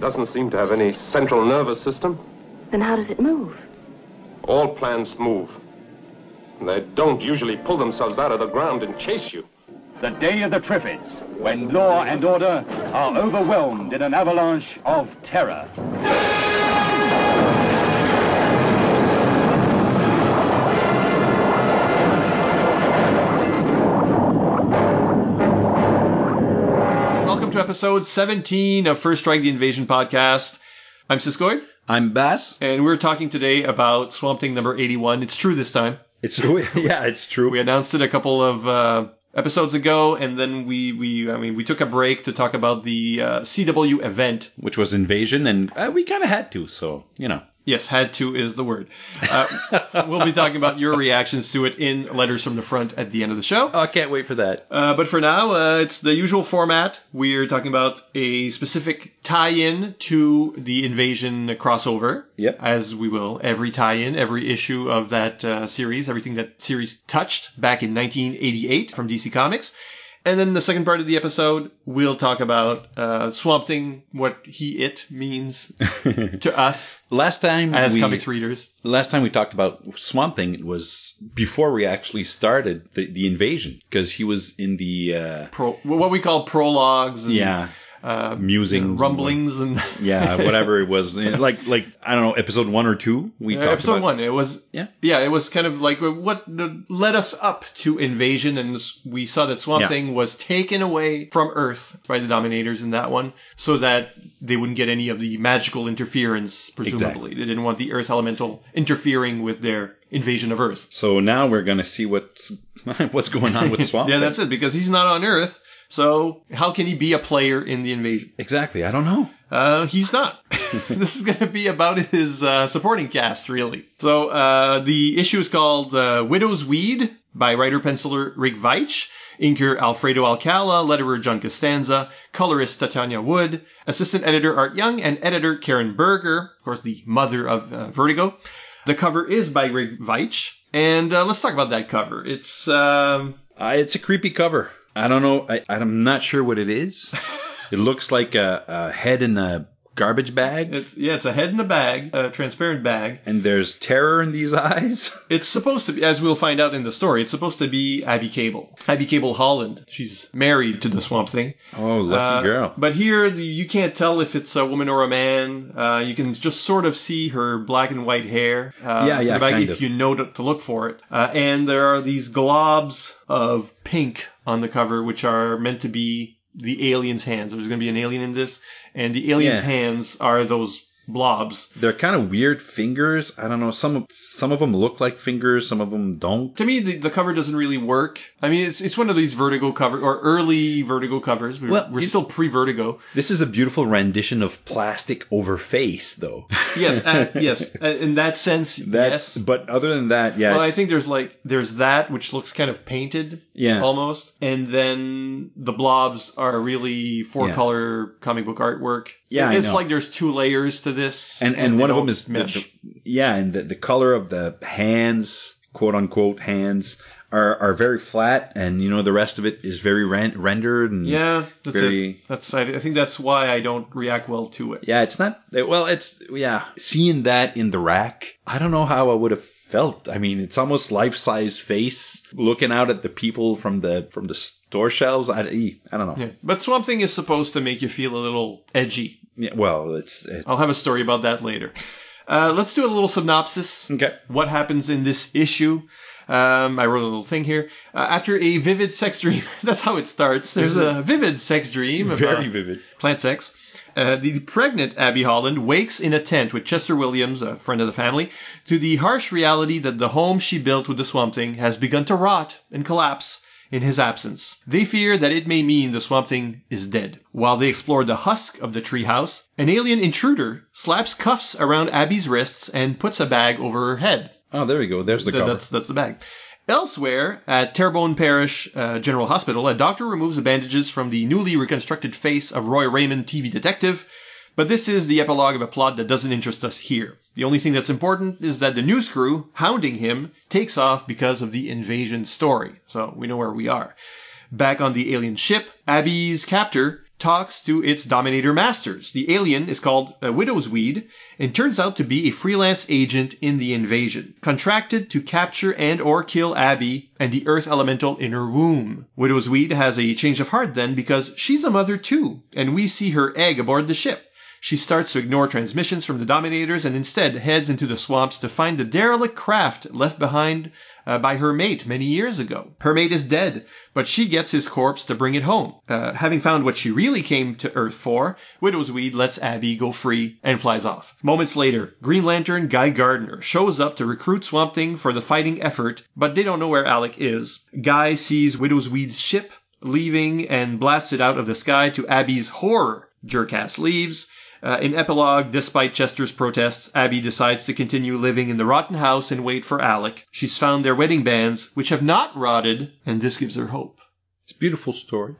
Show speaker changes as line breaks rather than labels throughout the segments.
Doesn't seem to have any central nervous system.
Then how does it move?
All plants move. They don't usually pull themselves out of the ground and chase you.
The day of the Triffids, when law and order are overwhelmed in an avalanche of terror.
Welcome to episode 17 of First Strike the Invasion podcast. I'm Siskoid,
I'm Bass.
and we're talking today about Swamp Thing number 81. It's true this time.
It's true. yeah, it's true.
We announced it a couple of uh, episodes ago, and then we, we I mean we took a break to talk about the uh, CW event.
Which was invasion, and uh, we kind of had to. So you know,
Yes, had to is the word. Uh, we'll be talking about your reactions to it in letters from the front at the end of the show.
oh, I can't wait for that.
Uh, but for now, uh, it's the usual format. We're talking about a specific tie-in to the Invasion crossover.
Yep.
As we will every tie-in, every issue of that uh, series, everything that series touched back in 1988 from DC Comics. And then the second part of the episode, we'll talk about uh, Swamp Thing, what he it means to us
Last time
as
we
comics readers.
last time we talked about Swamp Thing it was before we actually started the, the invasion because he was in the uh,
Pro- what we call prologues. And,
yeah
Uh,
musings and
rumblings and
what- yeah, whatever it was, In- like like I don't know, episode one or two. We
Uh,
talked
episode
about,
one. It was
Yeah.
yeah. It was kind of like uh, what uh, led us up to invasion, and s- we saw that Swamp
Yeah.
Thing was taken away from Earth by the Dominators in that one, so that they wouldn't get any of the magical interference. Presumably,
Exactly.
they didn't want the Earth Elemental interfering with their invasion of Earth.
So now we're gonna see what's what's going on with Swamp.
Yeah,
Thing.
that's it because he's not on Earth. So how can he be a player in the invasion?
exactly. I don't know.
Uh, he's not. this is going to be about his uh, supporting cast, really. So uh, the issue is called uh, Widow's Weed by writer penciler Rick Veitch, inker Alfredo Alcala, letterer John Costanza, colorist Tatiana Wood, assistant editor Art Young, and editor Karen Berger, of course, the mother of uh, Vertigo. The cover is by Rick Veitch. And uh, let's talk about that cover. It's um,
Uh, it's a creepy cover. I don't know. I, I'm not sure what it is. it looks like a, a head in a garbage bag,
it's yeah, it's a head in a bag, a transparent bag,
and there's terror in these eyes.
It's supposed to be, as we'll find out in the story, it's supposed to be Abby Cable. Abby Cable Holland. She's married to the Swamp Thing.
Oh, lucky
Uh,
girl.
But here, you can't tell if it's a woman or a man. Uh, you can just sort of see her black and white hair. Uh,
Yeah, yeah,
the back
kind
if
of.
you know to, to look for it. Uh, and there are these globs of pink on the cover, which are meant to be the alien's hands. There's going to be an alien in this, and the alien's
Yeah.
hands are those blobs.
They're kind of weird fingers. I don't know. Some of- some of them look like fingers. Some of them don't.
to me the, the cover doesn't really work i mean it's it's one of these vertigo cover or early vertigo covers we're,
Well,
we're
you-
still pre-vertigo
This is a beautiful rendition of plastic over face, though.
yes uh, yes uh, in that sense
That's.
yes
But other than that, yeah.
well, I
it's-
think there's like there's that which looks kind of painted,
Yeah.
almost, and then the blobs are really four
Yeah.
color comic book artwork.
Yeah, I
it's
know.
like there's two layers to this,
and and
they
one of
don't
them is the-
mesh.
the- yeah, and the, the color of the hands, quote unquote hands, are are very flat, and you know the rest of it is very ren- rendered and
yeah, that's
very-
it. That's I, I think that's why I don't react well to it.
yeah. It's not well. It's yeah. Seeing that in the rack, I don't know how I would have felt. I mean, it's almost life size face looking out at the people from the from the store shelves. I, eh, I don't know.
Yeah. But Swamp Thing is supposed to make you feel a little edgy,
Yeah, well, it's, it's
I'll have a story about that later. Uh, let's do a little synopsis.
okay.
What happens in this issue? Um, I wrote a little thing here. Uh, after a vivid sex dream, that's how it starts. There's a vivid sex dream about
Very vivid.
plant sex. Uh, the pregnant Abby Holland wakes in a tent with Chester Williams, a friend of the family, to the harsh reality that the home she built with the Swamp Thing has begun to rot and collapse in his absence. They fear that it may mean the Swamp Thing is dead. While they explore the husk of the treehouse, an alien intruder slaps cuffs around Abby's wrists and puts a bag over her head.
Oh, there we go. There's the
Yeah,
cover.
That's that's the bag. Elsewhere, at Terrebonne Parish uh, General Hospital, a doctor removes the bandages from the newly reconstructed face of Roy Raymond, TV detective. But this is the epilogue of a plot that doesn't interest us here. The only thing that's important is that the news crew, hounding him, takes off because of the invasion story. So we know where we are. Back on the alien ship, Abby's captor talks to its Dominator masters. The alien is called uh, Widow's Weed and turns out to be a freelance agent in the invasion, contracted to capture and or kill Abby and the Earth Elemental in her womb. Widow's Weed has a change of heart then because she's a mother too, and we see her egg aboard the ship. She starts to ignore transmissions from the Dominators and instead heads into the swamps to find the derelict craft left behind uh, by her mate many years ago. Her mate is dead, but she gets his corpse to bring it home. Uh, having found what she really came to Earth for, Widow's Weed lets Abby go free and flies off. Moments later, Green Lantern Guy Gardner shows up to recruit Swamp Thing for the fighting effort, but they don't know where Alec is. Guy sees Widow's Weed's ship leaving and blasts it out of the sky to Abby's horror. Jerkass leaves. Uh, in epilogue, despite Chester's protests, Abby decides to continue living in the rotten house and wait for Alec. She's found their wedding bands, which have not rotted, and this gives her hope.
It's a beautiful story.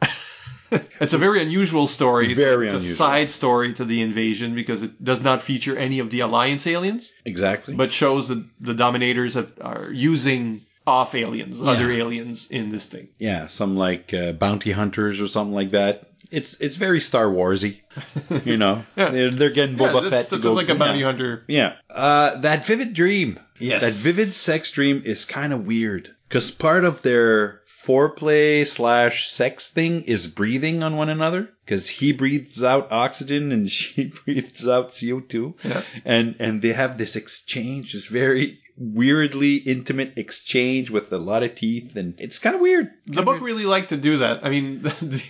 It's a very unusual story. It's-
Very
it's,
unusual.
a side story to the invasion because it does not feature any of the Alliance aliens,
exactly.
but shows that the Dominators have, are using off aliens, other aliens in this thing.
yeah, some like uh, bounty hunters or something like that. It's it's very Star Warsy, you know.
Yeah.
they're, they're getting Boba
yeah,
Fett
that's,
to
that's
go
like a bounty
yeah.
hunter.
Yeah. Uh, that vivid dream.
Yes.
That vivid sex dream is kind of weird because part of their foreplay slash sex thing is breathing on one another because he breathes out oxygen and she breathes out CO2.
Yeah.
And, and they have this exchange, this very weirdly intimate exchange with a lot of teeth. And it's kind of weird.
The book really liked to do that. I mean, the,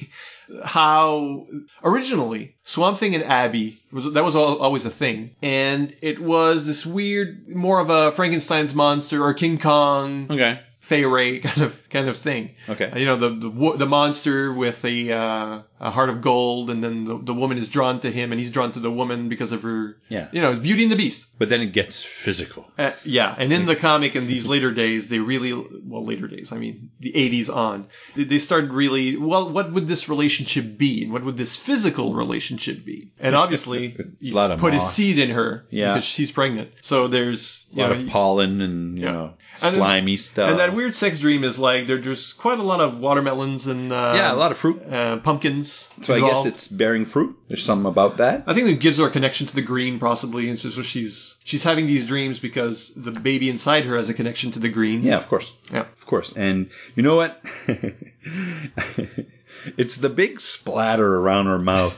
how originally Swamp Thing and Abby was that was al always a thing, and it was this weird, more of a Frankenstein's monster or King Kong,
Okay.
Feyre kind of kind of thing.
Okay.
You know, the the, wo- the monster with a, uh, a heart of gold, and then the, the woman is drawn to him, and he's drawn to the woman because of her.
Yeah.
You know, it's Beauty and the Beast.
But then it gets physical.
Uh, yeah, and in the comic in these later days, they really well later days. I mean, the '80s on, they- they started really well. What would this relationship be, and what would this physical relationship be? And obviously, he's
lot of
put his
moss.
seed in her
Yeah.
because she's pregnant. So there's
A
you
lot
know,
of pollen and, you
Yeah.
know,
And then-
slimy stuff.
and that weird sex dream is like there- there's quite a lot of watermelons and uh,
yeah, a lot of fruit.
uh, pumpkins.
So I guess
involved. Uh,
it's bearing fruit. There's something about that.
I think it gives her a connection to the green, possibly, and so, so she's she's having these dreams because the baby inside her has a connection to the green.
Yeah, of course.
Yeah.
Of course. And you know what? it's the big splatter around her mouth.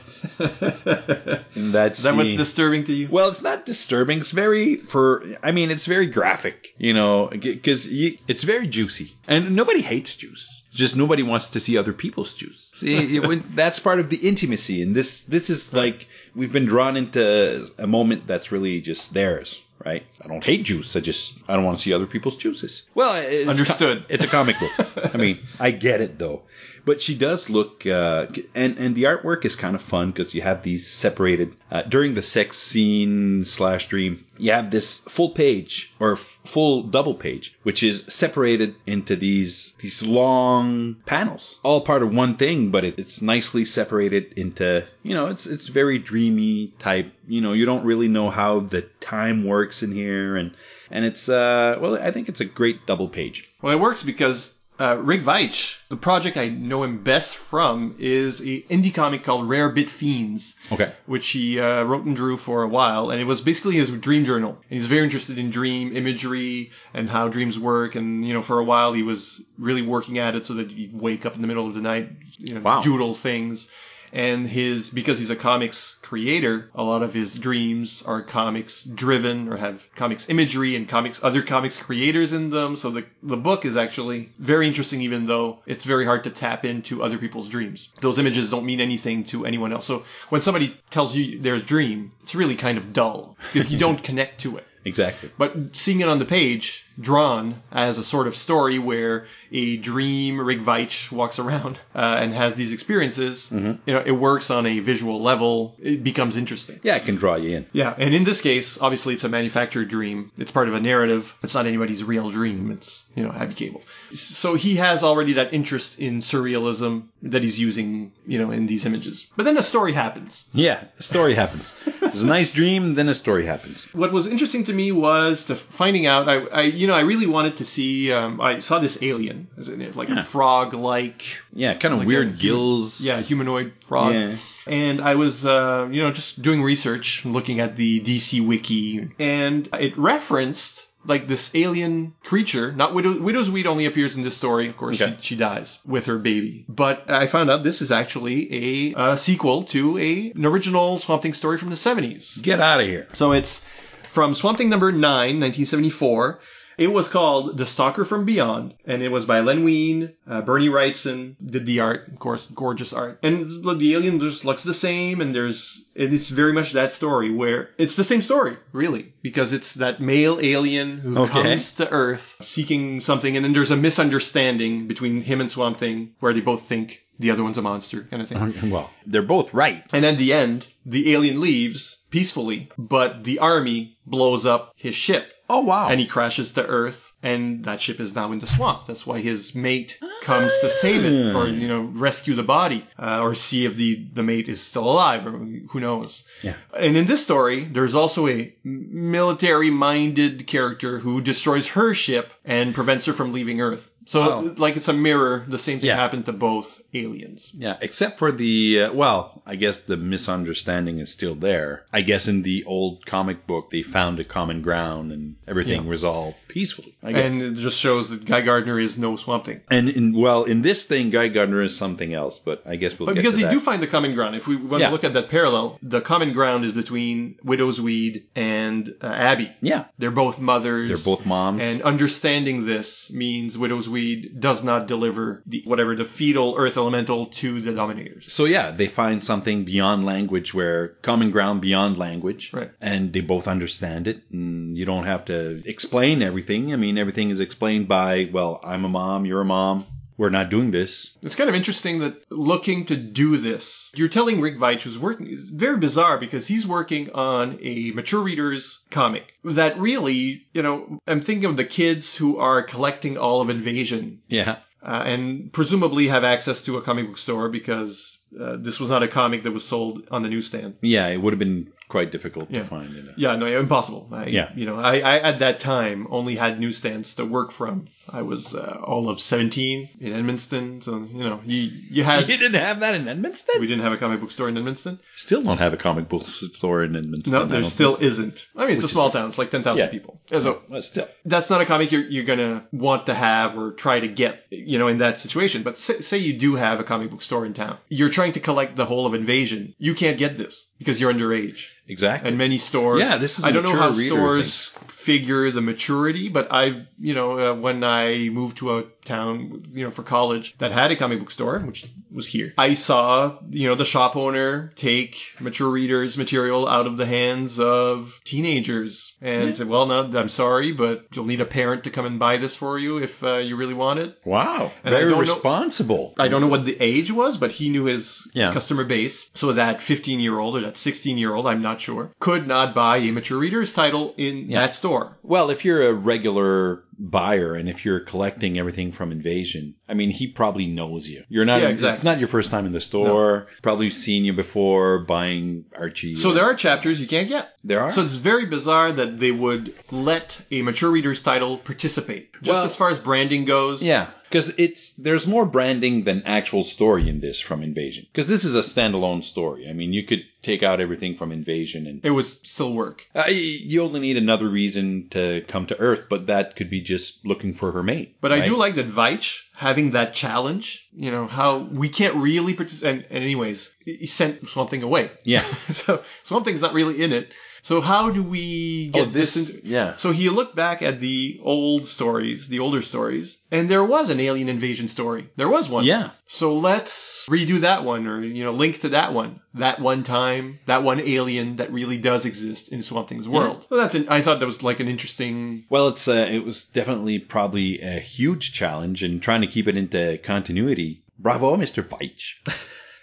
in that
Is that what's
scene.
disturbing to you?
Well, it's not disturbing. It's very for. I mean, it's very graphic, you know, because it's very juicy, and nobody hates juice. Just nobody wants to see other people's juice. See, it- when- that's part of the intimacy, and this this is like we've been drawn into a moment that's really just theirs. Right, I don't hate juice. I just I don't want to see other people's juices. Well, it's
Understood.
it's a comic book. I mean, I get it though, but she does look, uh, and and the artwork is kind of fun because you have these separated uh, during the sex scene slash dream. You have this full page or f- full double page, which is separated into these these long panels, all part of one thing, but it, it's nicely separated into you know it's it's very dreamy type. You know, you don't really know how the time works in here and. And it's uh well, I think it's a great double page.
Well, it works because uh, Rick Veitch, the project I know him best from, is a indie comic called Rare Bit Fiends,
Okay.
which he uh, wrote and drew for a while, and it was basically his dream journal. And he's very interested in dream imagery and how dreams work. And you know, for a while, he was really working at it so that he'd wake up in the middle of the night, you know,
Wow.
doodle things. And his because he's a comics creator, a lot of his dreams are comics driven or have comics imagery and comics other comics creators in them. So the the book is actually very interesting, even though it's very hard to tap into other people's dreams. Those images don't mean anything to anyone else. So when somebody tells you their dream, it's really kind of dull because you don't connect to it
Exactly.
but seeing it on the page, drawn as a sort of story where a dream Rick Veitch walks around uh, and has these experiences, you know, it works on a visual level. It becomes interesting.
Yeah, it can draw you in.
Yeah, and in this case, obviously it's a manufactured dream. It's part of a narrative. It's not anybody's real dream. It's, you know, Abby Cable. So he has already that interest in surrealism that he's using, you know, in these images. But then a story happens.
Yeah, the story happens. It's a nice dream, then a story happens.
what was interesting to me was the finding out. I, I you know, I really wanted to see. Um, I saw this alien, isn't it? Like a frog-like,
Yeah, kind of
Like a
weird
human-
gills.
yeah, humanoid frog.
Yeah.
And I was, uh, you know, just doing research, looking at the DC wiki, and it referenced like this alien creature. Not Widow, Widow's Weed only appears in this story. Of course,
Okay.
she, she dies with her baby. But I found out this is actually a uh, sequel to a an original Swamp Thing story from the seventies.
Get out of here.
So it's from Swamp Thing number 9, 1974. It was called The Stalker from Beyond, and it was by Len Wein. Uh, Bernie Wrightson did the art, of course, gorgeous art. And look, the alien just looks the same, and there's and it's very much that story where it's the same story, really, because it's that male alien who
Okay.
comes to Earth seeking something, and then there's a misunderstanding between him and Swamp Thing where they both think the other one's a monster, kind of thing.
Well, they're both right.
And at the end, the alien leaves peacefully, but the army blows up his ship
Oh, wow.
and he crashes to Earth, and that ship is now in the swamp. That's why his mate comes to save it
Ah.
or, you know, rescue the body uh, or see if the, the mate is still alive or who knows.
Yeah.
And in this story, there's also a military minded character who destroys her ship and prevents her from leaving Earth. So,
Oh.
like, it's a mirror. The same thing
Yeah.
happened to both aliens.
yeah, except for the, uh, well, I guess the misunderstanding is still there. I guess in the old comic book, they found a common ground and everything
Yeah.
resolved peacefully, I guess.
And it just shows that Guy Gardner is no Swamp Thing.
And in, well, in this thing, Guy Gardner is something else, but I guess we'll
But
get
because
to
they
that.
do find the common ground, if we want
Yeah.
to look at that parallel, the common ground is between Widow's Weed and uh, Abby.
yeah,
They're both mothers.
they're both moms.
And understanding this means Widow's Weed does not deliver the, whatever the fetal Earth Elemental to the Dominators.
so yeah, they find something beyond language, where common ground beyond language,
Right.
and they both understand it. And you don't have to explain everything. I mean, everything is explained by, well, I'm a mom, you're a mom. We're not doing this.
It's kind of interesting that looking to do this, you're telling Rick Veitch who's working, it's very bizarre because he's working on a mature reader's comic that really, you know, I'm thinking of the kids who are collecting all of Invasion
Yeah,
uh, and presumably have access to a comic book store because uh, this was not a comic that was sold on the newsstand.
yeah, it would have been quite difficult
Yeah.
to find. You know.
Yeah, no, impossible. I,
Yeah.
you know, I, I at that time only had newsstands to work from. I was uh, all of seventeen in Edmonton, so you know, you you had.
You didn't have that in Edmonton.
We didn't have a comic book store in Edmonton.
Still don't have a comic book store in Edmonton.
No,
I
there
don't
still
think
isn't. I mean, it's a small town. It's like ten thousand
Yeah.
people. And so
so. Well, still.
that's not a comic you're, you're gonna want to have or try to get, you know, in that situation. But say, say you do have a comic book store in town, you're trying to collect the whole of Invasion. You can't get this because you're underage,
Exactly.
and many stores.
Yeah, this is
I
a
don't know
mature
how
reader
stores figure the maturity, but I've, you know, uh, when I moved to a town, you know, for college that had a comic book store, which was here, I saw, you know, the shop owner take mature readers' material out of the hands of teenagers and said, "Well, no, I'm sorry, but you'll need a parent to come and buy this for you if uh, you really want it."
Wow.
And I
Very
don't know-
responsible.
I don't know what the age was, but he knew his
Yeah.
customer base. So that 15 year old or that 16 year old, I'm not sure, could not buy a mature reader's title in that store.
Well, if you're a regular buyer and if you're collecting everything from Invasion, I mean, he probably knows you. You're not.
Yeah, exactly.
It's not your first time in the store. Probably seen you before buying Archie.
So there are chapters you can't get.
There are.
So it's very bizarre that they would let a mature reader's title participate. Just
Well-
as far as branding goes.
yeah, because it's there's more branding than actual story in this from Invasion. Because this is a standalone story. I mean, you could take out everything from Invasion and
It would still work.
uh, you only need another reason to come to Earth, but that could be just looking for her mate.
But I
right?
do like that Veitch having that challenge, you know, how we can't really participate. And, and anyways, he sent something away.
Yeah.
so Swamp Thing's not really in it. So how do we get
Oh, this.
this in-
yeah.
So he looked back at the old stories, the older stories, and there was an alien invasion story. There was one.
Yeah.
So let's redo that one or, you know, link to that one. That one time, that one alien that really does exist in Swamp Thing's world. So that's an, I thought that was like an interesting.
Well, it's uh, it was definitely probably a huge challenge and trying to keep it into continuity. Bravo, Mr. Veitch.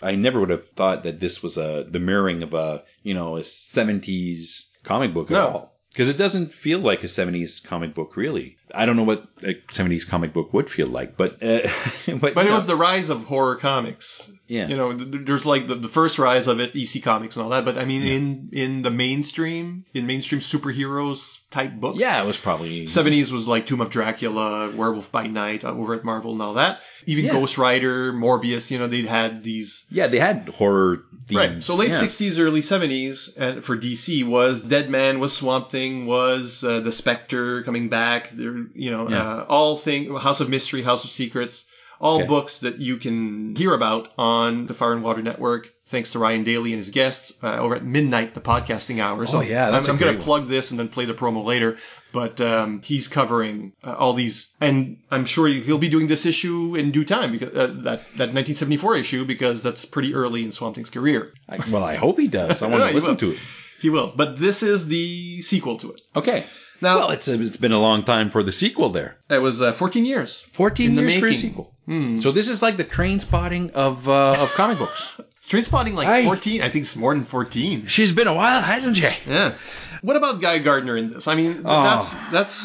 I never would have thought that this was a the mirroring of a you know a seventies comic book at
No.
all because it doesn't feel like a seventies comic book really. I don't know what a 70s comic book would feel like, but uh, but,
But it
you know,
was the rise of horror comics.
Yeah.
You know, th- th- there's like the, the first rise of it, EC Comics and all that. But I mean, in in the mainstream, in mainstream superheroes type books,
yeah, it was probably
70s was like Tomb of Dracula, Werewolf by Night uh, over at Marvel and all that. Even
Yeah.
Ghost Rider, Morbius, you know, they had these.
Yeah, they had horror themes.
Right. So late
yeah.
60s, early 70s and for DC was Dead Man, was Swamp Thing, was uh, The Spectre coming back. There, you know,
Yeah.
uh, all thing House of Mystery, House of Secrets, all
Okay.
books that you can hear about on the Fire and Water Network. Thanks to Ryan Daly and his guests uh, over at midnight, the podcasting hour. So
Oh, yeah, that's
I'm,
a
I'm going
great
to plug this and then play the promo later. But um, he's covering uh, all these, and I'm sure he'll be doing this issue in due time because uh, that that 1974 issue because that's pretty early in Swamp Thing's career.
I- well, I hope he does. I want
Yeah,
to
he
listen
will.
to it.
He will, but this is the sequel to it.
Okay.
Now
Well, it's a, it's been a long time for the sequel there.
it was uh, 14 years.
14
In the
years for a
making.
sequel. So this is like the train spotting of uh, of comic books.
Train spotting like
Aye.
14. I think it's more than 14.
She's been a while, hasn't she?
Yeah. What about Guy Gardner in this? I mean, th-
Oh.
that's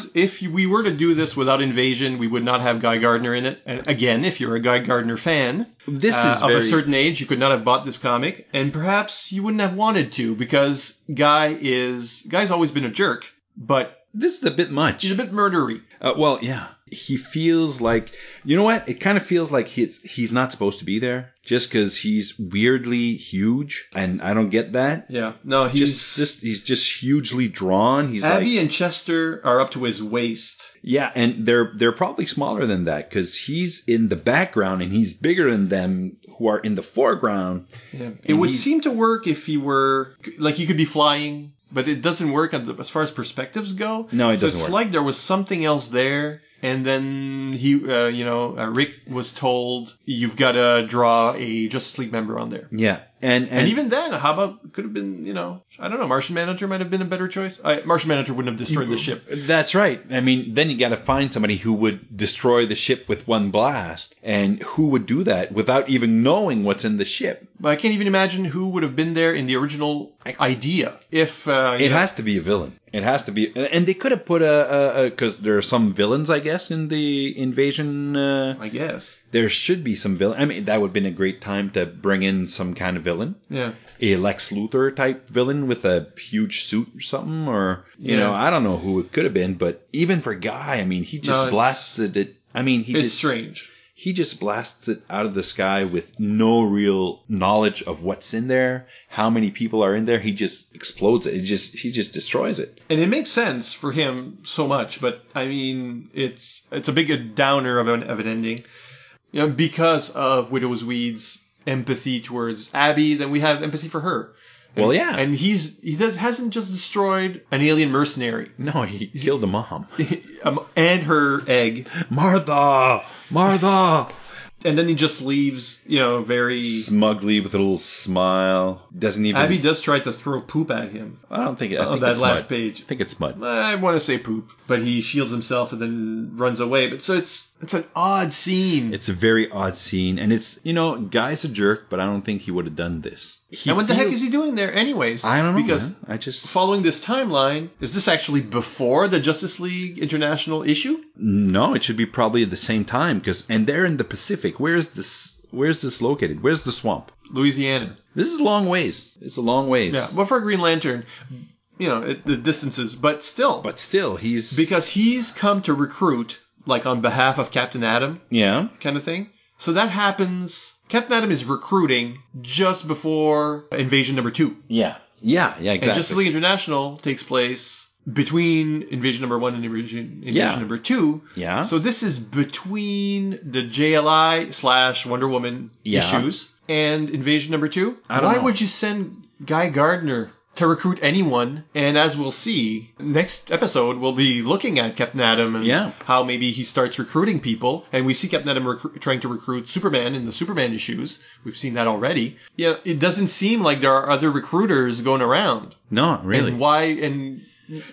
that's if we were to do this without Invasion, we would not have Guy Gardner in it. And again, if you're a Guy Gardner fan,
This
uh,
is
of
very,
a certain age, you could not have bought this comic, and perhaps you wouldn't have wanted to because Guy is Guy's always been a jerk, but
This is a bit much.
he's a bit murdery.
Uh, well, yeah, he feels like you know what? It kind of feels like he's he's not supposed to be there just because he's weirdly huge, and I don't get that.
Yeah, no, he's
Just, just he's just hugely drawn. He's like,
Abby and Chester are up to his waist.
Yeah, and they're they're probably smaller than that because he's in the background and he's bigger than them who are in the foreground.
It would
he's-
seem to work if he were like you could be flying, but it doesn't work at the- as far as perspectives go.
No, it
so
doesn't
it's
work.
like there was something else there, and then he, uh, you know, uh, Rick was told you've got to draw a Justice League member on there.
Yeah, and and,
And even then, how about could have been, you know, I don't know, Martian Manager might have been a better choice. I, Martian Manager wouldn't have destroyed the ship.
that's right. I mean, then you got to find somebody who would destroy the ship with one blast, and who would do that without even knowing what's in the ship?
But I can't even imagine who would have been there in the original idea. If uh, you
It
know,
has to be a villain. It has to be, and- and they could have put a because there are some villains, I guess, in the invasion. Uh,
I guess,
there should be some villain. I mean, that would have been a great time to bring in some kind of villain.
yeah.
a Lex Luthor type villain with a huge suit or something, or you
Yeah.
know, I don't know who it could have been, but even for Guy, I mean, he
No,
just
it's-
blasted it. I mean, he
It's
just
strange.
he just blasts it out of the sky with no real knowledge of what's in there, how many people are in there. He just explodes it. It just he just destroys it.
and it makes sense for him so much but i mean it's it's a big downer of an, of an ending you know, because of widow's weed's empathy towards abby then we have empathy for her
Well, yeah,
and he's he does, hasn't just destroyed an alien mercenary
no, he killed the mom,
um, and her egg
Martha, Martha.
and then he just leaves you know very
Smugly with a little smile, doesn't even.
abby does try to throw poop at him
I don't think. I
on
think
that
it's
last
mud.
page.
I think it's mud.
I want to say poop, but he shields himself and then runs away. But so it's it's an odd scene.
It's a very odd scene, and it's you know, guy's a jerk, but I don't think he would have done this. He
and what the heck
feels-
is he doing there, anyways?
I don't know.
Because
man. I just
following this timeline, is this actually before the Justice League International issue?
no. It should be probably at the same time because, and they're in the Pacific. Where's this? Where's this located? Where's the swamp?
Louisiana.
This is a long ways. It's a long ways.
Yeah. Well, for Green Lantern, you know it, the distances, but still,
But still, he's
because he's come to recruit, like on behalf of Captain Atom,
yeah.
kind of thing. So that happens. Captain Atom is recruiting just before Invasion Number Two.
Yeah. Yeah. Yeah.
And Justice
Exactly.
League International takes place between Invasion Number One and Invasion, Invasion
Yeah.
Number Two.
Yeah.
So this is between the JLI slash Wonder Woman
Yeah.
issues and Invasion Number Two.
I don't
Why
know.
would you send Guy Gardner? To recruit anyone, and as we'll see next episode, we'll be looking at Captain Atom and
Yeah.
how maybe he starts recruiting people. And we see Captain Atom recru- trying to recruit Superman in the Superman issues. We've seen that already. Yeah, it doesn't seem like there are other recruiters going around.
no, really.
And why? And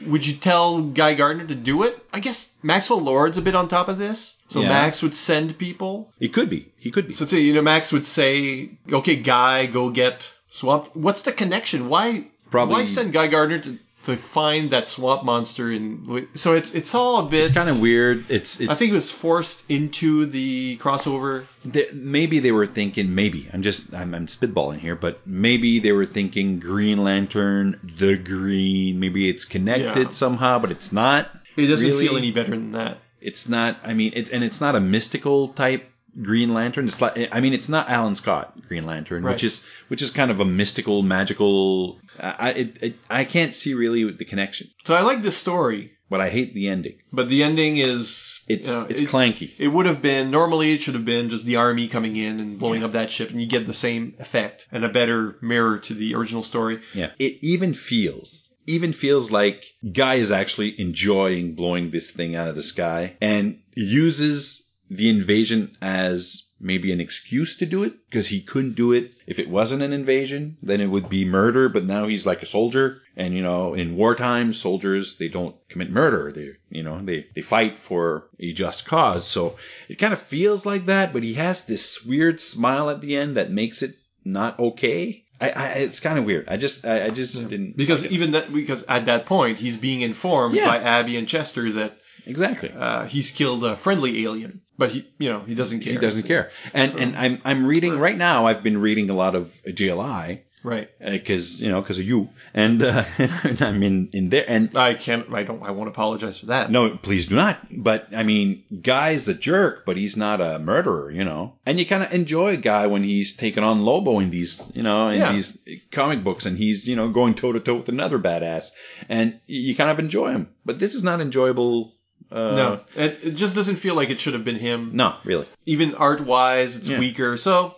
would you tell Guy Gardner to do it? I guess Maxwell Lord's a bit on top of this. So
Yeah.
Max would send people.
he could be. He could be.
So, say, you know, Max would say, okay, Guy, go get Swamp. What's the connection? Why?
Probably-
Why send Guy Gardner to to find that swamp monster in. So it's it's all a bit.
It's kind of weird. It's, it's
I think it was forced into the crossover.
they, maybe they were thinking maybe I'm just I'm, I'm spitballing here, but maybe they were thinking Green Lantern, the Green. Maybe it's connected
Yeah.
somehow, but it's not.
It doesn't
Really?
feel any better than that.
It's not. I mean, it, and it's not a mystical type Green Lantern. It's like I mean, it's not Alan Scott Green Lantern,
Right.
which is which is kind of a mystical, magical. I I, it, it, I can't see really the connection,
So I like this story,
but I hate the ending.
but the ending is
It's
you know,
it's
it-
clanky.
It would have been normally it should have been just the army coming in and blowing up that ship, and you get the same effect and a better mirror to the original story.
Yeah. It even feels even feels like guy is actually enjoying blowing this thing out of the sky and uses the invasion as maybe an excuse to do it because he couldn't do it if it wasn't an invasion then it would be murder but now he's like a soldier and you know in wartime soldiers they don't commit murder they you know they they fight for a just cause so it kind of feels like that but he has this weird smile at the end that makes it not okay. I, I it's kind of weird. I just I, I just didn't
Because
like it.
even that, because at that point he's being informed
Yeah.
by Abby and Chester that
exactly
uh, he's killed a friendly alien, but he, you know, he doesn't care.
he doesn't care. And and I'm I'm reading right now. I've been reading a lot of GLI
Right.
because uh, you know because of you and uh, and I'm in in there and.
I can't. I don't. I won't apologize for that.
No, please do not. But I mean, Guy's a jerk, but he's not a murderer, you know. And you kind of enjoy Guy when he's taking on Lobo in these, you know, in
Yeah.
these comic books, and he's you know going toe to toe with another badass, and y- you kind of enjoy him. But this is not enjoyable. Uh,
No, it, it just doesn't feel like it should have been him.
no, really.
Even art wise, it's
Yeah.
weaker. So,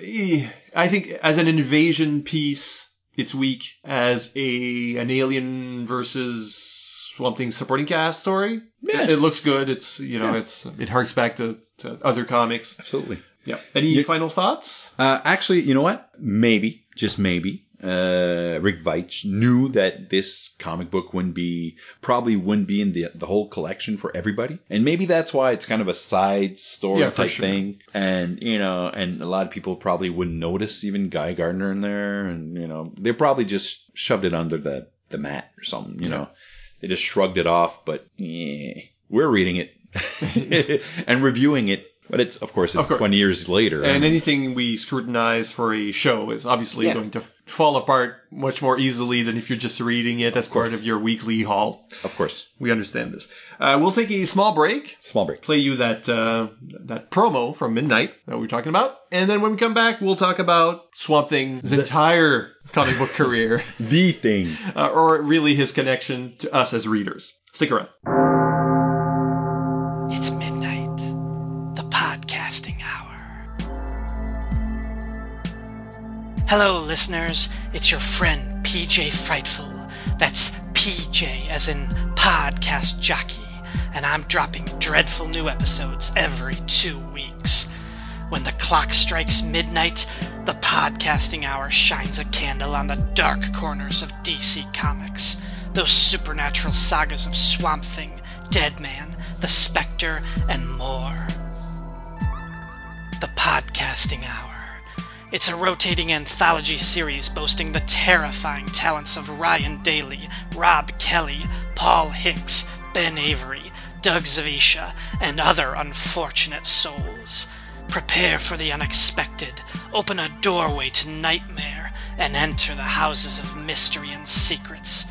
eh, I think as an invasion piece, it's weak. As a an alien versus Swamp Thing supporting cast story,
Yeah.
it, it looks good. It's you know,
Yeah.
it's it harks back to, to other comics.
Absolutely.
Yeah. Any
You-
final thoughts?
Uh, actually, you know what? Maybe, just maybe, uh, Rick Veitch knew that this comic book wouldn't be, probably wouldn't be in the, the whole collection for everybody. And maybe that's why it's kind of a side story
Yeah, for
type
sure.
thing. And, you know, and a lot of people probably wouldn't notice even Guy Gardner in there. And, you know, they probably just shoved it under the, the mat or something, you know. They just shrugged it off, but eh, we're reading it and reviewing it. But it's, of course, it's
course.
20 years later.
And anything we scrutinize for a show is obviously
Yeah.
going to fall apart much more easily than if you're just reading it as part of your weekly haul.
Of course.
We understand this. Uh, we'll take a small break,
Small break.
play you that uh, that promo from Midnight that we were talking about, and then when we come back, we'll talk about Swamp Thing's entire comic book career,
The thing.
uh, or really his connection to us as readers. Stick around.
It's midnight, the podcasting hour. Hello, listeners. It's your friend PJ Frightful. That's PJ as in podcast jockey. And I'm dropping dreadful new episodes every two weeks. When the clock strikes midnight, the podcasting hour shines a candle on the dark corners of DC Comics. Those supernatural sagas of Swamp Thing, Dead Man, The Spectre, and more. The Podcasting Hour. It's a rotating anthology series boasting the terrifying talents of Ryan Daly, Rob Kelly, Paul Hicks, Ben Avery, Doug Zavisha, and other unfortunate souls. Prepare for the unexpected, open a doorway to nightmare, and enter the houses of mystery and secrets.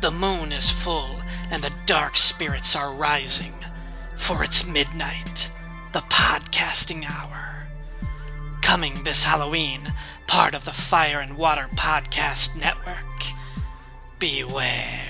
The moon is full, and the dark spirits are rising. For it's midnight, the podcasting hour. Coming this Halloween, part of the Fire and Water Podcast Network. Beware.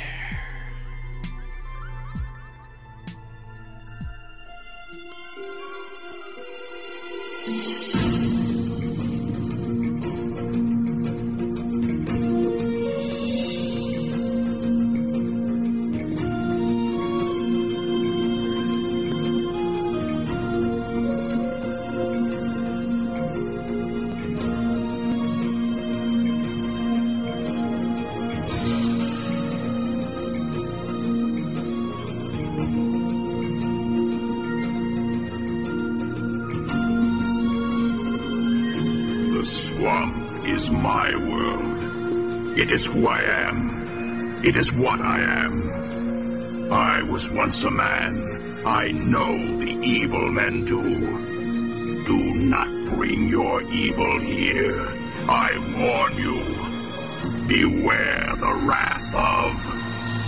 The swamp is my world. It is who I am. It is what I am. I was once a man. I know the evil men do. Do not bring your evil here. I warn you. Beware the wrath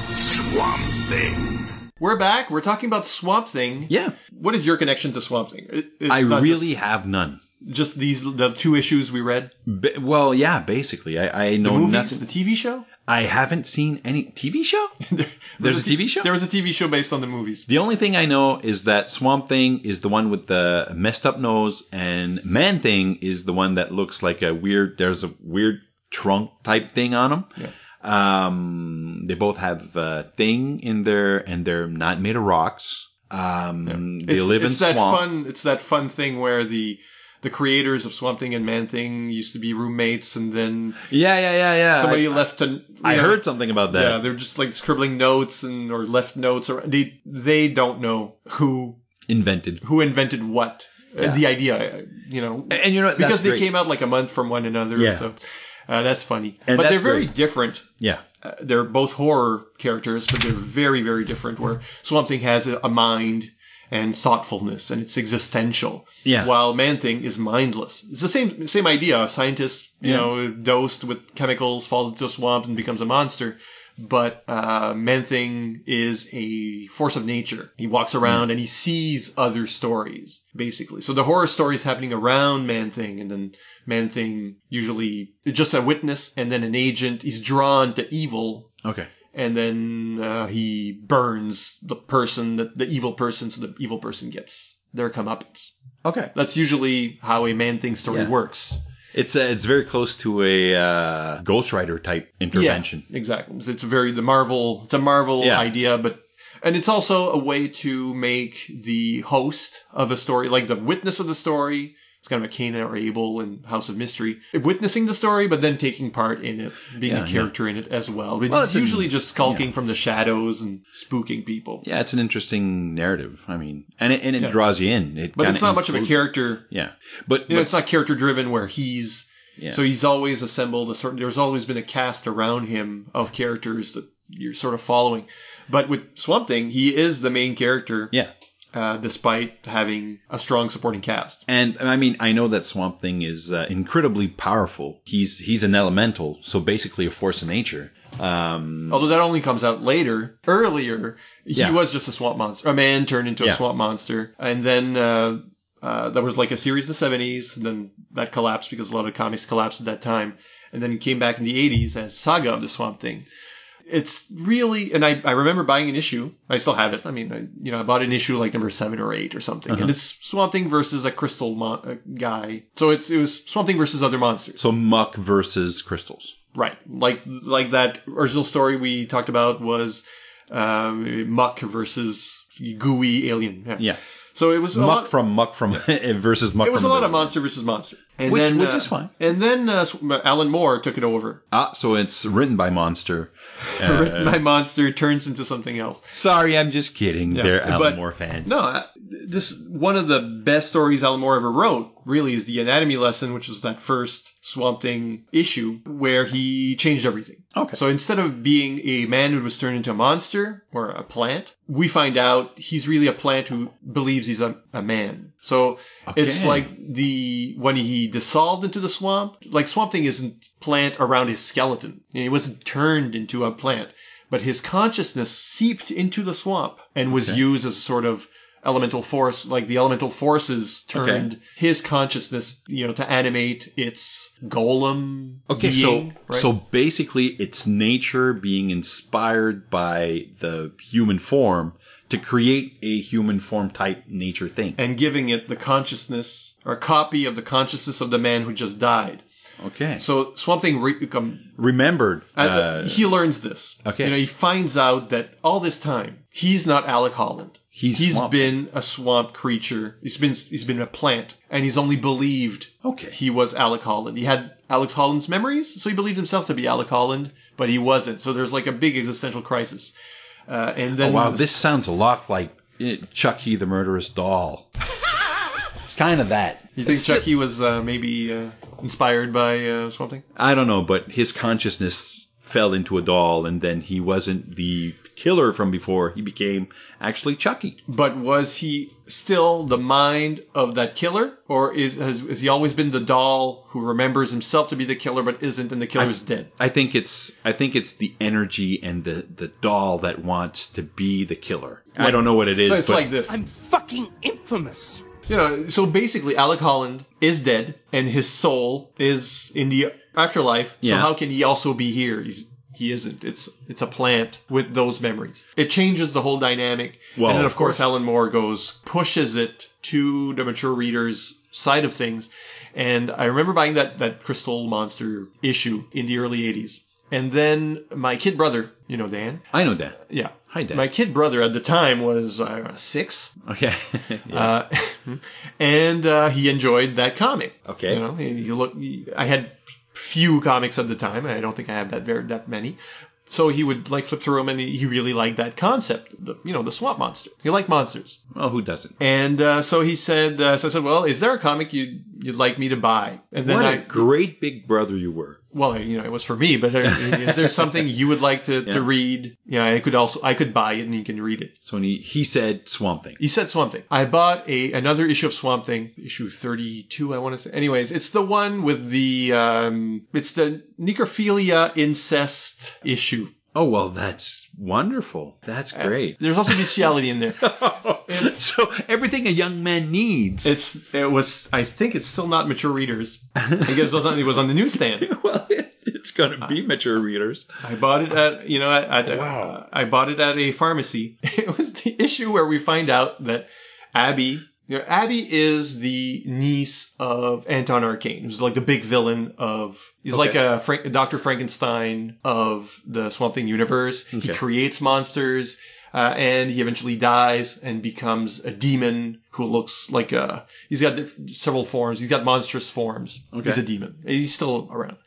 of Swamp Thing.
We're back. We're talking about Swamp Thing.
Yeah.
What is your connection to Swamp Thing? It- it's
I
not
really
just,
have none.
just these the two issues we read.
Ba well, yeah, basically, I, I know
the movies,
nothing.
the TV show.
I haven't seen any TV show. There's a TV show?
There was a TV show based on the movies.
The only thing I know is that Swamp Thing is the one with the messed up nose, and Man Thing is the one that looks like a weird. There's a weird trunk type thing on him. Um, they both have a thing in their, and they're not made of rocks. Um, they
it's,
live
it's
in
that
swamp.
fun. It's that fun thing where the the creators of Swamp Thing and Man Thing used to be roommates, and then
Yeah, yeah, yeah, yeah.
somebody
I,
left. to
I heard something about that.
Yeah, they're just like scribbling notes and or left notes. Or they they don't know who
Invented.
who invented what uh,
Yeah.
the idea. uh, You know,
And you know what? That's
because they
great.
came out like a month from one another.
Yeah.
So uh, that's funny.
And
but
that's
they're very
great.
different.
Yeah.
Uh, they're both horror characters, but they're very very different. Where Swamp Thing has a, a mind and thoughtfulness, and it's existential.
Yeah.
While Man Thing is mindless. It's the same same idea. A scientist, you know, dosed with chemicals, falls into a swamp and becomes a monster. But uh, Man Thing is a force of nature. He walks around and he sees other stories, basically. So the horror stories happening around Man Thing, and then Man Thing usually just a witness and then an agent. He's drawn to evil
Okay.
and then uh, he burns the person that the evil person, so the evil person gets their comeuppance.
Okay.
That's usually how a man thing story
Yeah.
works.
It's uh, it's very close to a uh, Ghost Rider type intervention.
Yeah, exactly. It's very the Marvel. It's a Marvel
Yeah.
idea, but and it's also a way to make the host of a story, like the witness of the story. It's kind of a Cana or Abel in House of Mystery, witnessing the story, but then taking part in it, being
Yeah,
a
yeah.
character in it as well. It's,
Well, it's an-
usually just skulking from the shadows and spooking people.
Yeah, it's an interesting narrative. I mean, and it, and it draws you in. It
But
kinda
it's not much of a
includes-
character.
Yeah, but,
You know,
but-
it's not character driven where he's.
Yeah.
So he's always assembled a sort. There's always been a cast around him of characters that you're sort of following. But with Swamp Thing, he is the main character,
yeah.
uh, despite having a strong supporting cast.
And I mean, I know that Swamp Thing is uh, incredibly powerful. He's he's an elemental, so basically a force of nature. Um,
Although that only comes out later. Earlier, he
Yeah.
was just a swamp monster. A man turned into
Yeah.
a swamp monster, and then uh, uh, there was like a series in the seventies, and then that collapsed because a lot of comics collapsed at that time, and then it came back in the eighties as Saga of the Swamp Thing. It's really, and I, I remember buying an issue. I still have it. I mean, I, you know, I bought an issue like number seven or eight or something,
Uh-huh.
and it's Swamp Thing versus a crystal mon- uh, guy. So it's it was Swamp Thing versus other monsters.
so Muck versus crystals.
Right. Like like that original story we talked about was um, Muck versus gooey alien.
Yeah,
So it was a
Muck
lot,
from Muck from versus Muck.
it was a
from
lot
the-
of monster versus monster, and
Which-
then,
which
uh,
is fine.
And then uh, Alan Moore took it over.
Ah, so it's written by Monster. Uh,
My monster turns into something else.
sorry, I'm just kidding. They're Alan
but-
Moore fans.
No, I- this one of the best stories Alan Moore ever wrote. Really, is the Anatomy Lesson, which was that first Swamp Thing issue where he changed everything.
Okay.
So instead of being a man who was turned into a monster or a plant, we find out he's really a plant who believes he's a, a man. So it's
Okay.
like the when he dissolved into the swamp, like Swamp Thing isn't plant around his skeleton. You know, He wasn't turned into a plant, but his consciousness seeped into the swamp and was used as a sort of elemental force like the elemental forces turned his consciousness you know to animate its golem
Okay,
being,
so
right?
so basically, it's nature being inspired by the human form to create a human form type nature thing.
and giving it the consciousness or a copy of the consciousness of the man who just died.
Okay, so
So Swamp Thing re- come,
remembered.
uh,
Uh,
he learns this.
okay.
you know he finds out that all this time he's not Alec Holland.
He's
he's
Swamp.
been a swamp creature. He's been he's been a plant, and he's only believed
okay,
he was Alec Holland. He had Alex Holland's memories, so he believed himself to be Alec Holland, but he wasn't. So there's like a big existential crisis. Uh, and then
Oh, wow, this sounds a lot like eh, Chucky the Murderous Doll. it's kind of that.
you think Chucky was uh, maybe uh, inspired by uh, Swamp Thing?
I don't know, but his consciousness fell into a doll, and then he wasn't the killer from before. He became actually Chucky.
But was he still the mind of that killer, or is has, has he always been the doll who remembers himself to be the killer but isn't, and the killer's dead?
I think it's I think it's the energy and the the doll that wants to be the killer. I don't know what it is.
So it's
but
like this.
I'm fucking infamous.
You know, so basically, Alec Holland is dead, and his soul is in the afterlife. So
Yeah.
how can he also be here? He's he isn't. It's it's a plant with those memories. It changes the whole dynamic.
Well,
and then
of
of course, Alan Moore goes pushes it to the mature reader's side of things. And I remember buying that that Crystal Monster issue in the early '80s. And then my kid brother, you know Dan,
I know Dan.
yeah,
Hi Dan.
my kid brother at the time was uh, six,
Okay. Yeah.
uh, and uh, he enjoyed that comic.
Okay.
you know, he, he looked. he- I had few comics at the time. I don't think I have that very that many. So he would like flip through them, and he he really liked that concept. The, you know, the swamp monster. He liked monsters,
well, who doesn't?
and uh, so he said. Uh, so I said, "Well, is there a comic you you'd like me to buy?" And then
What
I,
a great big brother you were.
well, you know, it was for me, but uh, is there something you would like to,
Yeah.
to read? Yeah, I could also I could buy it, and you can read it.
So when he, he said Swamp Thing.
He said Swamp Thing. I bought a another issue of Swamp Thing, issue thirty two, I want to say. Anyways, it's the one with the um, it's the necrophilia incest issue.
Oh well, that's wonderful. That's great.
There's also bestiality in there.
so everything a young man needs.
It's it was I think it's still not mature readers. I guess it was on, it was on the newsstand.
well, it, it's gonna be mature readers.
I bought it at you know at, at- I bought it at a pharmacy. It was the issue where we find out that Abby. You know, Abby is the niece of Anton Arcane, who's like the big villain of. He's like a Frank, Dr. Frankenstein of the Swamp Thing universe. He
Okay.
creates monsters, uh, and he eventually dies and becomes a demon who looks like a. He's got diff- several forms. He's got monstrous forms. He's a demon. He's still around.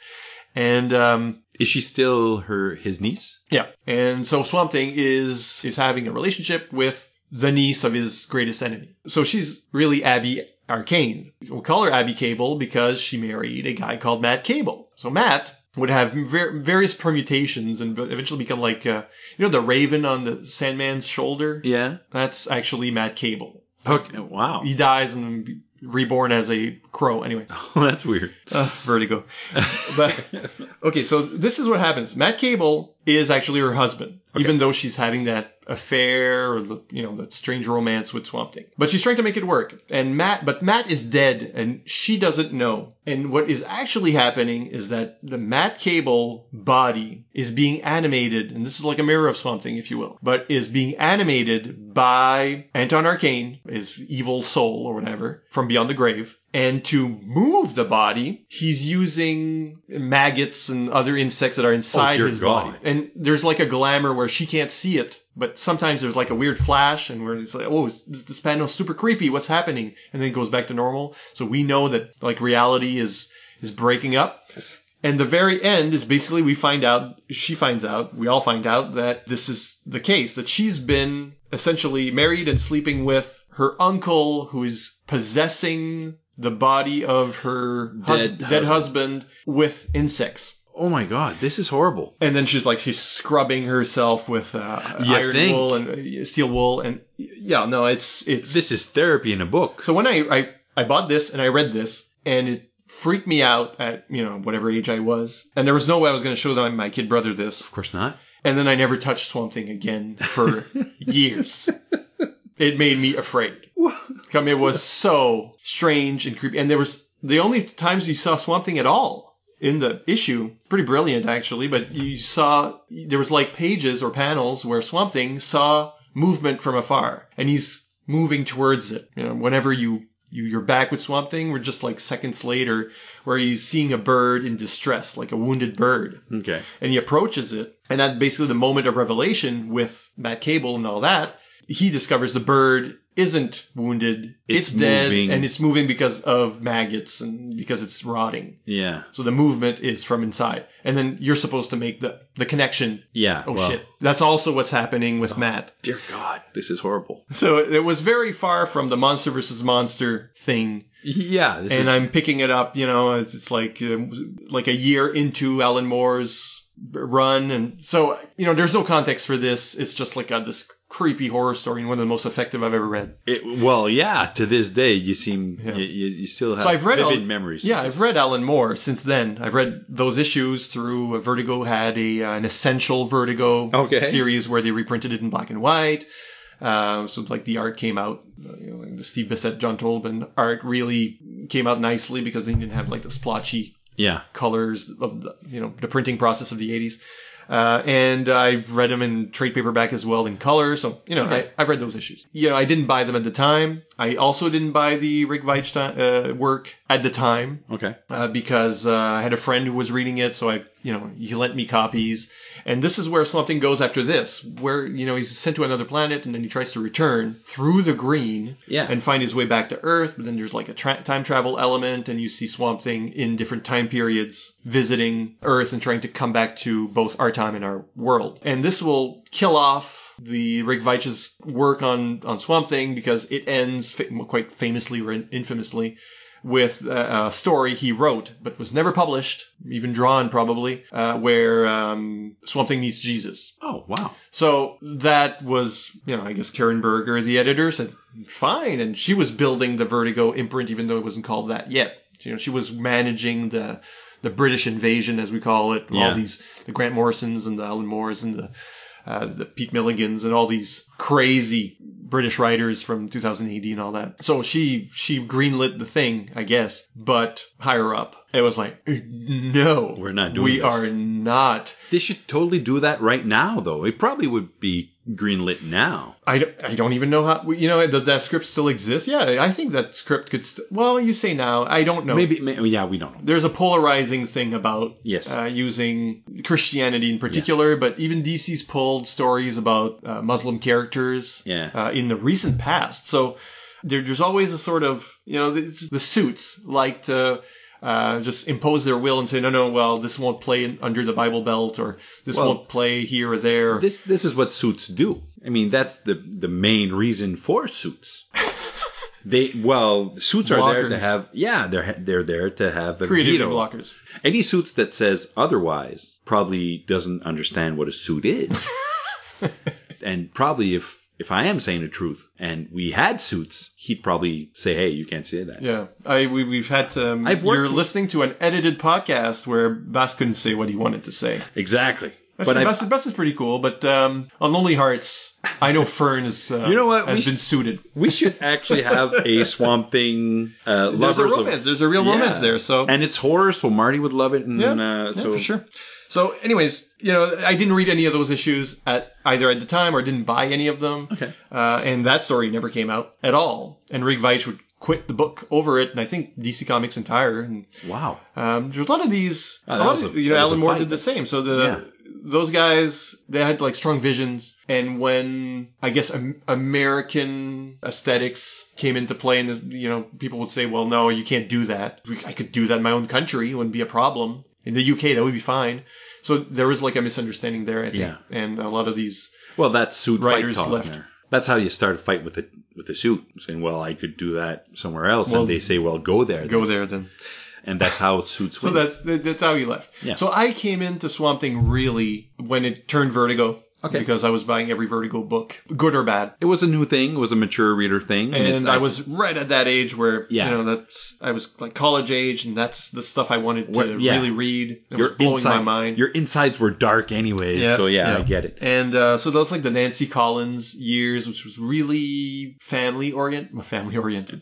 And um,
Is she still her his niece?
yeah. And so Swamp Thing is is having a relationship with the niece of his greatest enemy. So she's really Abby Arcane. We'll call her Abby Cable because she married a guy called Matt Cable. So Matt would have ver- various permutations and eventually become like uh, you know the raven on the Sandman's shoulder.
Yeah.
That's actually Matt Cable.
Okay. Wow.
He dies and be- reborn as a crow. Anyway,
that's weird.
uh, vertigo. But okay, so this is what happens. Matt Cable is actually her husband, even though she's having that affair or the- you know that strange romance with Swamp Thing. But she's trying to make it work. And Matt, but Matt is dead, and she doesn't know. And what is actually happening is that the Matt Cable body is being animated, and this is like a mirror of Swamp Thing, if you will, but is being animated by Anton Arcane, his evil soul or whatever, from beyond the grave. And to move the body, he's using maggots and other insects that are inside
dear
his
God.
body. And there's like a glamour where she can't see it, but sometimes there's like a weird flash and where it's like, oh, this, this panel's super creepy. What's happening? And then it goes back to normal. So we know that like reality is is breaking up. And the very end is basically we find out, she finds out, we all find out that this is the case, that she's been essentially married and sleeping with her uncle who is possessing the body of her hus-
Dead
dead
husband.
husband with insects.
Oh my God, this is horrible.
And then she's like, she's scrubbing herself with uh,
You
iron
think?
wool and uh, steel wool, and yeah, no, it's it's
This is therapy in a book.
So when I, I I bought this and I read this, and it freaked me out at you know whatever age I was, and there was no way I was going to show them my kid brother this,
Of course not.
and then I never touched Swamp Thing again for years. It made me afraid. I mean, it was so strange and creepy, and there was the only times you saw Swamp Thing at all in the issue. Pretty brilliant, actually. But you saw there was like pages or panels where Swamp Thing saw movement from afar, and he's moving towards it. You know, whenever you you you're back with Swamp Thing, we're just like seconds later, where he's seeing a bird in distress, like a wounded bird
Okay.
and he approaches it. And at basically the moment of revelation with Matt Cable and all that, he discovers the bird isn't wounded, it's,
It's
dead,
moving.
and it's moving because of maggots and because it's rotting.
Yeah.
So the movement is from inside. And then you're supposed to make the, the connection.
Yeah.
Oh
well,
shit. That's also what's happening with Matt.
Dear God, this is horrible.
So it was very far from the monster versus monster thing
Yeah. This
and
is,
I'm picking it up. You know, it's, it's like uh, like a year into Alan Moore's run. And so, you know, there's no context for this. It's just like a, this creepy horror story and one of the most effective I've ever read.
It, well, yeah. To this day, you seem
Yeah.
you, you, you still have
So I've read
vivid
Al-
memories.
Yeah,
of this.
I've read Alan Moore since then. I've read those issues through. uh, Vertigo had a uh, an essential Vertigo
Okay.
series where they reprinted it in black and white. Uh, so like the art came out, uh, you know, like the Steve Bissett, John Tolbin art really came out nicely because they didn't have like the splotchy
Yeah,
colors of the, you know the printing process of the 80s. Uh, and I've read them in trade paperback as well in color. So, you know, I, I've read those issues. You know, I didn't buy them at the time. I also didn't buy the Rick Veitch uh, work at the time
okay.
uh, because uh, I had a friend who was reading it, so I, you know, he lent me copies. And this is where Swamp Thing goes after this, where you know he's sent to another planet, and then he tries to return through the green,
Yeah.
and find his way back to Earth. But then there's like a tra- time travel element, and you see Swamp Thing in different time periods visiting Earth and trying to come back to both our time and our world. And this will kill off the Rick Veitch's work on on Swamp Thing because it ends fa- quite famously or infamously with uh, a story he wrote but was never published, even drawn probably, uh, where um, Swamp Thing meets Jesus.
Oh wow.
So that was, you know, I guess Karen Berger, the editor, said fine, and she was building the Vertigo imprint, even though it wasn't called that yet. You know, she was managing the the British invasion, as we call it,
Yeah.
all these the Grant Morrisons and the Alan Moores and the uh, the Pete Milligans and all these crazy British writers from 2080 and all that. So she she greenlit the thing, I guess, but higher up, it was like, no,
We're not doing
we
this."
are not.
They should totally do that right now, though. It probably would be greenlit now.
I don't, I don't even know how you know does that script still exist? Yeah, I think that script could. St- well, you say now. I don't know.
Maybe, may yeah, we don't know.
there's a polarizing thing about
Yes.
uh, using Christianity in particular, but even DC's pulled stories about uh, Muslim characters
Yeah.
uh, in the recent past. So there, there's always a sort of you know it's, the suits like to. Uh, just impose their will and say no, no. Well, this won't play in, under the Bible Belt, or this
Well,
won't play here or there.
This this is what suits do. I mean, that's the the main reason for suits. They well, suits are there to
Blockers.
have yeah, they're they're there to have a
creative
veto.
blockers.
Any suits that says otherwise probably doesn't understand what a suit is. and probably if if I am saying the truth and we had suits, he'd probably say, "Hey, you can't say that."
Yeah, I we, we've had to. Um,
I've worked
you're
with-
listening to an edited podcast where Bass couldn't say what he wanted to say.
Exactly.
But
I've-
Bass, Bass is pretty cool. But um, on Lonely Hearts, I know Fern is. Uh,
You know what?
Has
We
been
sh-
suited.
we should actually have a Swamp Thing uh,
There's
lovers
a
of-
romance. There's a real romance
Yeah.
there. So
and it's horror, so Marty would love it. And,
yeah,
uh,
yeah,
so
for sure. So, anyways, you know, I didn't read any of those issues at either at the time or didn't buy any of them.
Okay.
Uh, and that story never came out at all. And Rick Veitch would quit the book over it, and I think DC Comics entire. And
Wow.
Um, there's a lot of these.
Oh,
a
that
lot
was
of,
a-
you know,
that was
Alan
a
Moore
fight,
did the
but-
same. So the those guys they had like strong visions, and when I guess am, American aesthetics came into play, and you know people would say, "Well, no, you can't do that. We- I could do that in my own country; it wouldn't be a problem. In the UK, that would be fine." So there was like a misunderstanding there, I think,
Yeah.
and a lot of these.
Well, that's suit
Writers
fight talk.
left.
there. That's how you start a fight with a with a suit, saying, "Well, I could do that somewhere else,"
Well,
and they say, "Well, go there."
Go
then."
there then.
and that's how suits.
So
win.
that's that's how he left.
Yeah.
So I came into Swamp Thing really when it turned Vertigo.
Okay.
Because I was buying every Vertigo book, good or bad.
it was a new thing. It was a mature reader thing,
and
it's-
I was right at that age where
Yeah.
you know that's I was like college age, and that's the stuff I wanted to
What- yeah.
really read. It was
your
blowing my
inside-
mind.
Your insides were dark, anyways.
Yeah,
so yeah,
yeah.
I get it.
and uh, so those like the Nancy Collins years, which was really family oriented, family oriented.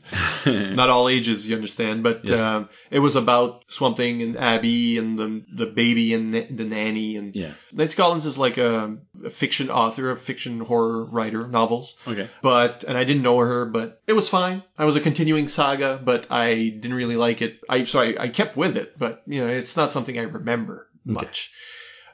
Not all ages, you understand, but
Yes.
um, it was about Swamp Thing and Abby and the the baby and na- the nanny and
Yeah.
Nancy Collins is like a, a fiction author, a fiction horror writer, novels.
Okay.
But and I didn't know her, but it was fine. I was a continuing saga, but I didn't really like it. I so I, I kept with it, but you know it's not something I remember much.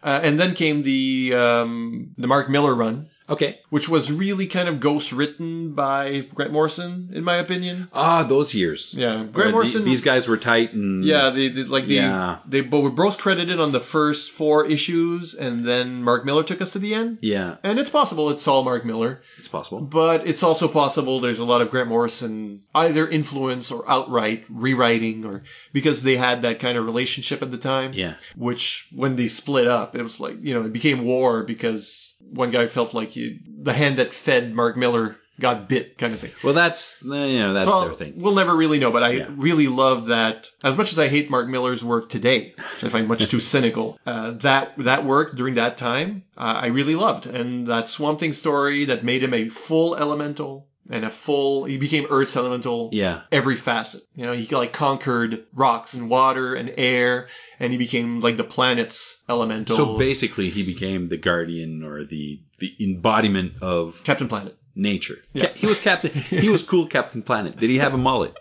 Uh, and then came the um, the Mark Miller run,
Okay.
which was really kind of ghost written by Grant Morrison, in my opinion.
Ah, those years.
Yeah, Grant
Where the-
Morrison.
these guys were tight and
Yeah, they, they like they
Yeah.
they but were both credited on the first four issues, and then Mark Miller took us to the end.
yeah.
And it's possible it's all Mark Miller,
It's possible.
but it's also possible there's a lot of Grant Morrison either influence or outright rewriting, or because they had that kind of relationship at the time.
Yeah.
Which when they split up, it was like you know it became war because one guy felt like he, the hand that fed Mark Miller got bit, kind of thing.
Well, that's uh, you know that's
So
their thing.
We'll never really know, but I
Yeah.
really love that. As much as I hate Mark Miller's work today, I find much too cynical. Uh, that that work during that time, uh, I really loved, and that Swamp Thing story that made him a full elemental and a full. He became Earth's elemental.
Yeah.
Every facet, you know, he like conquered rocks and water and air, and he became like the planet's elemental.
So basically, he became the guardian or the the embodiment of
Captain Planet.
nature.
Yeah.
Ca- He was Captain. He was cool, Captain Planet. Did he have a mullet?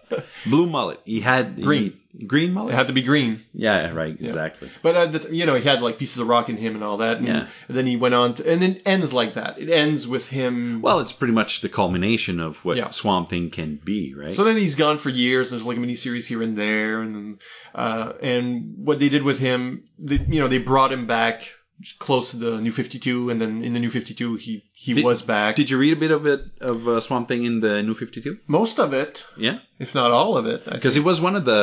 Blue mullet. He had
Green.
he- green mullet.
It had to be green.
yeah, right. Exactly.
But uh, the, you know, he had like pieces of rock in him and all that. And,
Yeah.
and then he went on, to, and it ends like that. It ends with him.
Well, it's pretty much the culmination of what
Yeah.
Swamp Thing can be, right?
so then he's gone for years. There's like a mini series here and there, and then, uh, and what they did with him, they, you know, they brought him back close to the New Fifty Two, and then in the New Fifty Two, he he
Did-
was back.
Did you read a bit of it of uh, Swamp Thing in the New Fifty Two?
most of it,
Yeah,
if not all of it? I
because
think.
it was one of the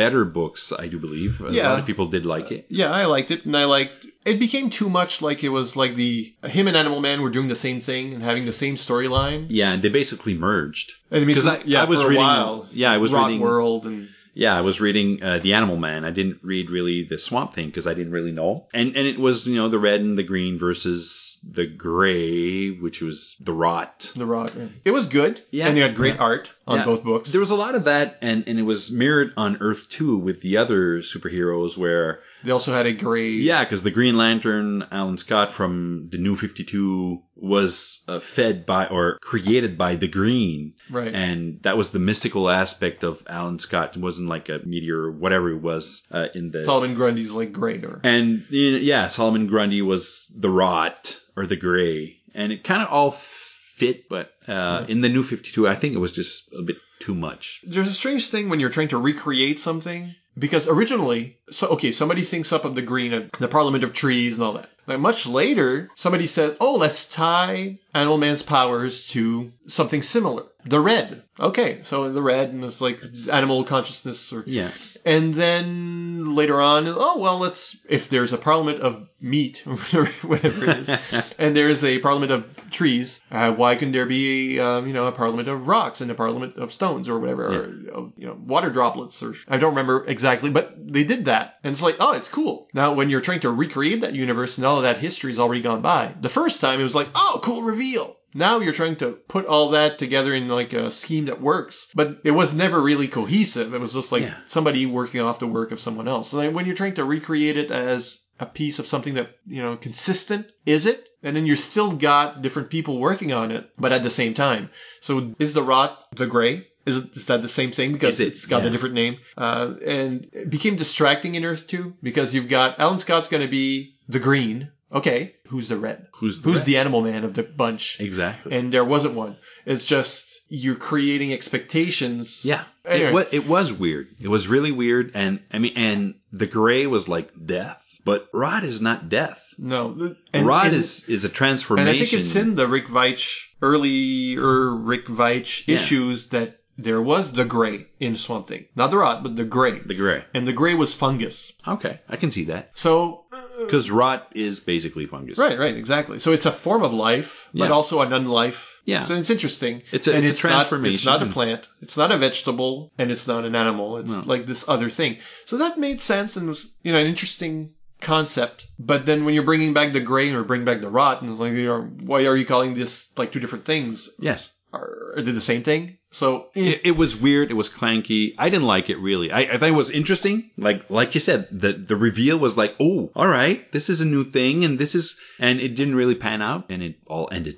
better books, I do believe. A
Yeah.
lot of people did like it.
yeah, I liked it, and I liked. It became too much like it was like the him and Animal Man were doing the same thing and having the same storyline.
Yeah, and they basically merged.
And it means-
Because I- I was reading- yeah, I was
Rock
reading-
World and
Yeah, I was reading uh, The Animal Man. I didn't read really the Swamp Thing because I didn't really know. And and it was you know the red and the green versus the gray, which was the rot.
The Rock. It was good.
Yeah.
And they had great
Yeah.
art on
Yeah.
both books.
There was a lot of that, and and it was mirrored on Earth too with the other superheroes where
They also had a great.
Yeah, because the Green Lantern, Alan Scott from the New 52, was uh, fed by or created by the Green.
Right.
And that was the mystical aspect of Alan Scott. It wasn't like a meteor or whatever it was uh, in the.
Solomon Grundy's like great. Or,
And you know, yeah, Solomon Grundy was the rot or the gray. And it kind of all fit, but uh, in the New 52, I think it was just a bit too much.
There's a strange thing when you're trying to recreate something because originally, so okay, somebody thinks up of the green and the Parliament of Trees and all that. Like much later, somebody says, "Oh, let's tie Animal Man's powers to something similar." The red. Okay, so the red and it's like animal consciousness or
Yeah.
And then later on, oh well, let's if there's a parliament of meat or whatever it is, and there's a parliament of trees, uh, why couldn't there be um, you know a parliament of rocks and a parliament of stones or whatever, or of, you know water droplets or I don't remember exactly, but they did that, and it's like oh it's cool. Now when you're trying to recreate that universe and all of that history's already gone by, the first time it was like oh cool reveal. Now you're trying to put all that together in like a scheme that works, but it was never really cohesive. It was just like
Yeah.
somebody working off the work of someone else. So like, when you're trying to recreate it as a piece of something that you know consistent, is it? And then you still got different people working on it, but at the same time. So is the rot the gray? Is, it, is that the same thing because
Is it?
it's got a
Yeah.
different name? Uh, and it became distracting in Earth 2 because you've got Alan Scott's going to be the green. Okay, who's the red?
Who's the
who's
red?
the animal man of the bunch?
Exactly.
and there wasn't one. It's just you're creating expectations.
Yeah.
Anyway.
It was it was weird. It was really weird and I mean and the gray was like death, but Rod is not death.
No.
Rod
and-
is is a
And
transformation.
I think it's in the Rick Veitch earlier Rick Veitch
Yeah.
issues that there was the gray in Swamp Thing, not the rot, but the gray.
the gray.
and the gray was fungus.
Okay, I can see that.
So
Cuz rot is basically fungus.
right, right, exactly. So it's a form of life, but
Yeah.
also an unlife.
Yeah.
So it's interesting.
It's a-
And
it's a
not- it's
transformation.
not a plant. It's not a vegetable, and it's not an animal. It's
No.
like this other thing. So that made sense and was you know an interesting concept. But then when you're bringing back the gray or bring back the rot, and it's like you know why are you calling this like two different things?
Yes.
Are, are they the same thing? So eh,
It, it was weird, it was clanky. I didn't like it really. I, I thought it was interesting. Like like you said, the the reveal was like, "Oh, all right, this is a new thing and this is and it didn't really pan out and it all ended."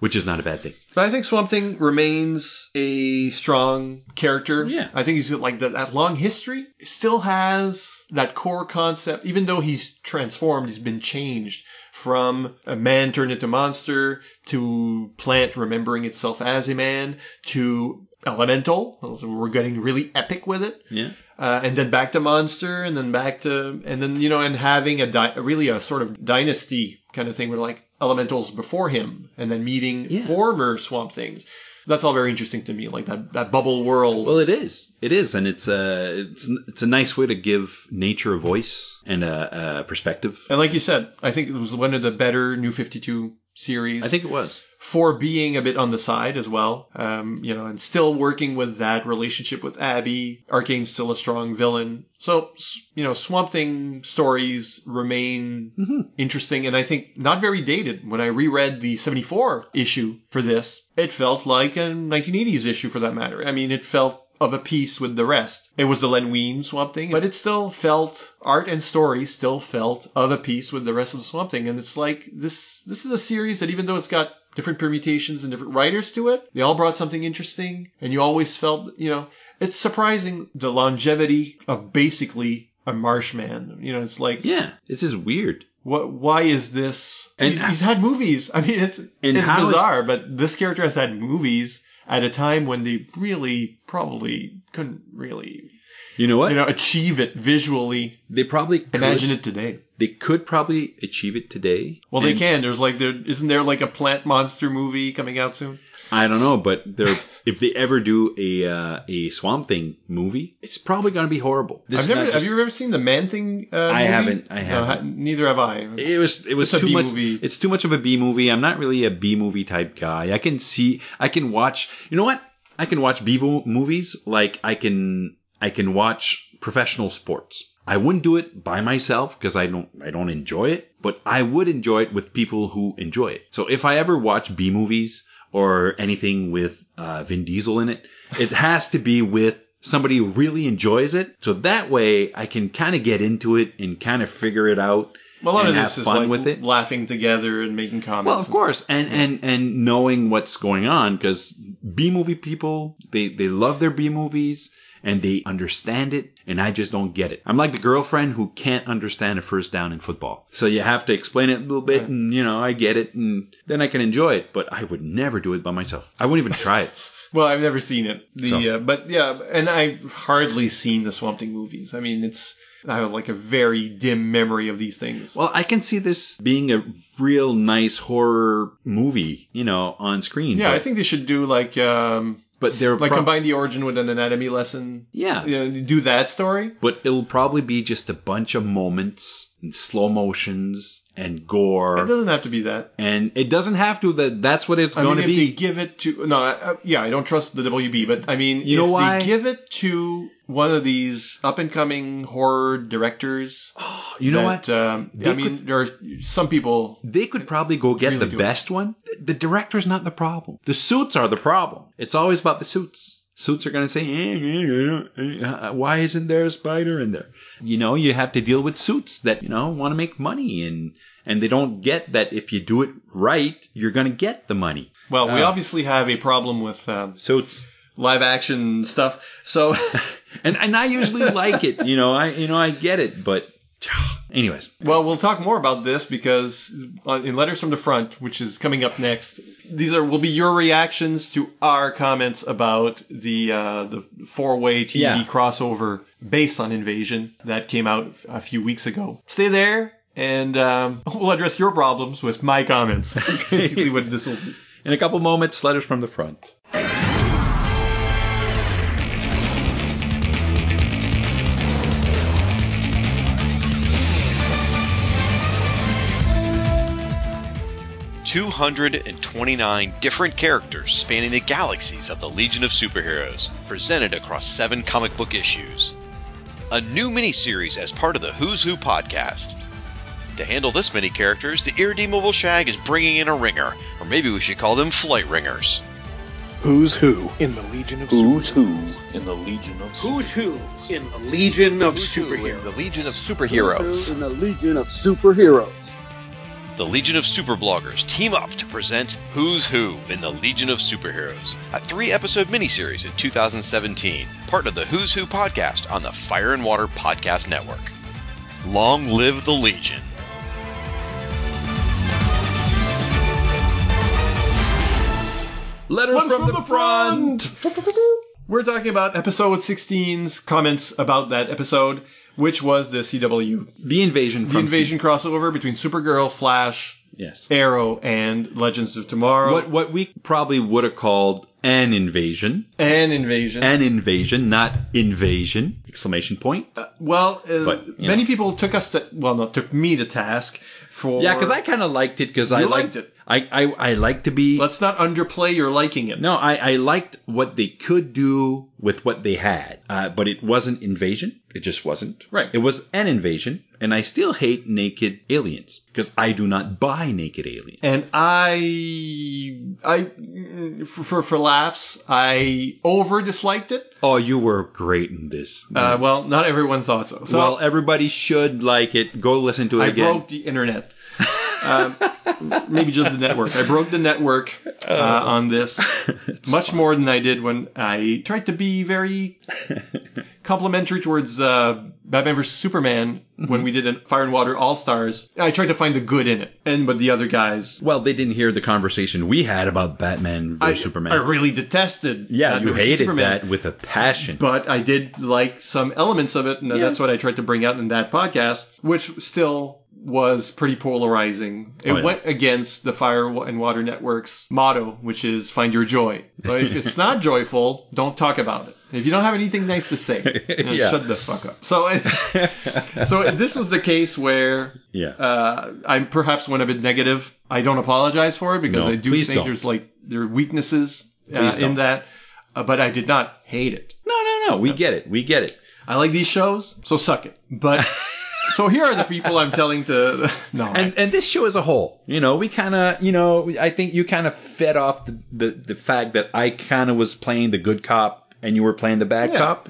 Which is not a bad thing.
But I think Swamp Thing remains a strong character.
Yeah.
I think he's got, like that, that long history still has that core concept, even though he's transformed, he's been changed from a man turned into monster to plant remembering itself as a man to elemental. So we're getting really epic with it.
Yeah.
Uh, and then back to monster, and then back to, and then you know, and having a di- really a sort of dynasty kind of thing with like elementals before him, and then meeting
Yeah.
former swamp things. That's all very interesting to me, like that that bubble world.
Well, it is. It is, and it's a it's it's a nice way to give nature a voice and a, a perspective.
and like you said, I think it was one of the better New Fifty Two series.
I think it was.
for being a bit on the side as well, um, you know, and still working with that relationship with Abby. Arcane's still a strong villain, so s- you know, Swamp Thing stories remain interesting, and I think not very dated. When I reread the '74 issue for this, it felt like a 1980s issue for that matter. I mean, it felt of a piece with the rest. It was the Len Wein Swamp Thing, but it still felt art and story still felt of a piece with the rest of the Swamp Thing. And it's like this this is a series that even though it's got different permutations and different writers to it, they all brought something interesting. And you always felt you know it's surprising the longevity of basically a Marshman. You know, it's like
Yeah, this is weird.
what? Why is this?
And-
he's, he's had movies. I mean, it's
And
it's
how is-
bizarre, but this character has had movies at a time when they really probably couldn't really
You know what?
you know achieve it visually.
they probably could,
Imagine it today.
They could probably achieve it today.
Well, they
And
can. There's like there isn't there like a plant monster movie coming out soon.
I don't know, but they're if they ever do a uh, a Swamp Thing movie, it's probably going to be horrible. This
I've
is
never,
not
have
just-
you ever seen the Man Thing? Uh,
I
movie?
haven't. I
No,
haven't.
ha- neither have I.
It was it was
It's a
too
B
much.
movie.
It's too much of a B movie. I'm not really a B movie type guy. I can see. I can watch. You know what? I can watch B vo- movies like I can. I can watch professional sports. I wouldn't do it by myself because I don't. I don't enjoy it. But I would enjoy it with people who enjoy it. So if I ever watch B movies or anything with uh, Vin Diesel in it, it has to be with somebody who really enjoys it. So that way, I can kind of get into it and kind of figure it out.
Well, a lot
and
of
have
this is
fun
like
with it.
laughing together and making comments.
Well, of
and-
course, and and and knowing what's going on because B movie people they they love their B movies and they understand it, and I just don't get it. I'm like the girlfriend who can't understand a first down in football, so you have to explain it a little bit, and you know I get it, and then I can enjoy it. But I would never do it by myself. I wouldn't even try it.
Well, I've never seen it. The
So-
uh, but yeah, and I've hardly seen the Swamp Thing movies. I mean, it's I have like a very dim memory of these things.
Well, I can see this being a real nice horror movie, you know, on screen.
yeah,
but,
I think they should do like um
but they're
like
pro-
combine the origin with an anatomy lesson.
Yeah.
You know, do that story.
but it'll probably be just a bunch of moments and slow motions and gore
It doesn't have to be that.
and it doesn't have to that that's what it's
I
going
mean,
to
if
be
they give it to no, uh, yeah, I don't trust the WB, but I mean,
You know
if
why?
they give it to one of these up and coming horror directors,
you know
that,
what
Um,
They
I mean, there are some people
they could probably go get
really
the
do.
best one the director's not the problem the suits are the problem it's always about the suits suits are going to say "Eh, eh, eh, eh, uh, why isn't there a spider in there you know you have to deal with suits that you know want to make money and and they don't get that if you do it right you're going to get the money
Well,
Uh.
we obviously have a problem with um,
suits
live action stuff. So,
and and I usually like it. You know, I you know I get it, but anyways,
well, we'll talk more about this because on- in Letters from the Front, which is coming up next, these are will be your reactions to our comments about the uh, the four way TV
Yeah.
crossover based on Invasion that came out a few weeks ago. Stay there. And um, we'll address your problems with my comments. That's basically what this will be.
in a couple moments, letters from the front.
Two hundred and twenty-nine different characters spanning the galaxies of the Legion of Superheroes, presented across seven comic book issues. A new miniseries as part of the Who's Who podcast. To handle this many characters, the Irredeemable Shag is bringing in a ringer, or maybe we should call them flight ringers.
Who's who in the Legion of
Who's who in the Legion of
Who's who in the Legion of
The
Superheroes?
Legion of
Who's who
Superheroes.
in the Legion of Superheroes?
The Legion of Superbloggers team up to present Who's Who in the Legion of Superheroes, a three episode miniseries in 2017, part of the Who's Who podcast on the Fire and Water Podcast Network. Long live the Legion.
Letters
Ones
from,
from
the,
the
front.
We're talking about episode 16's comments about that episode, which was the CW.
The invasion.
The
from
invasion crossover between Supergirl, Flash,
C- yes.
Arrow, and Legends of Tomorrow.
What what we probably would have called an invasion.
An invasion.
An invasion, not invasion! Exclamation point.
well, uh,
But, you know.
many people took us to, well, no, took me to task for.
yeah, because I kind of liked it because I
You liked
liked,
it.
I, I I like to be.
Let's not underplay your liking it.
No, I, I liked what they could do with what they had, uh, but it wasn't invasion. It just wasn't.
Right.
It was an invasion, and I still hate naked aliens because I do not buy naked aliens.
and I, I, for for, for laughs, I over disliked it.
Oh, you were great in this.
Uh, well, not everyone thought so. So
well, everybody should like it. Go listen to it
I
again.
broke the internet. um, maybe just the network. I broke the network uh, on this much more than I did when I tried to be very complimentary towards uh, Batman vs Superman
Mm-hmm.
when we did a Fire and Water All Stars. I tried to find the good in it, and but the other guys,
Well, they didn't hear the conversation we had about Batman
I,
versus Superman.
I really detested.
yeah,
Batman
you
versus
hated
Superman.
that with a passion.
but I did like some elements of it, and that's what I tried to bring out in that podcast, which still was pretty polarizing. It
Oh, yeah.
went against the Fire and Water Network's motto, which is "Find your joy." So if it's not joyful, don't talk about it. If you don't have anything nice to say, you know,
Yeah.
shut the fuck up. So, I, so this was the case where
yeah.
uh, I perhaps went a bit negative. I don't apologize for it because
No,
I do
please
think
don't.
there's like there are weaknesses uh,
Please
in
don't.
that, uh, but I did not hate it.
no, no, no. We get it. We get it.
I like these shows, so suck it. But so here are the people I'm telling to. No,
and and this show as a whole, you know, we kind of, you know, I think you kind of fed off the, the the fact that I kind of was playing the good cop and you were playing the bad cop.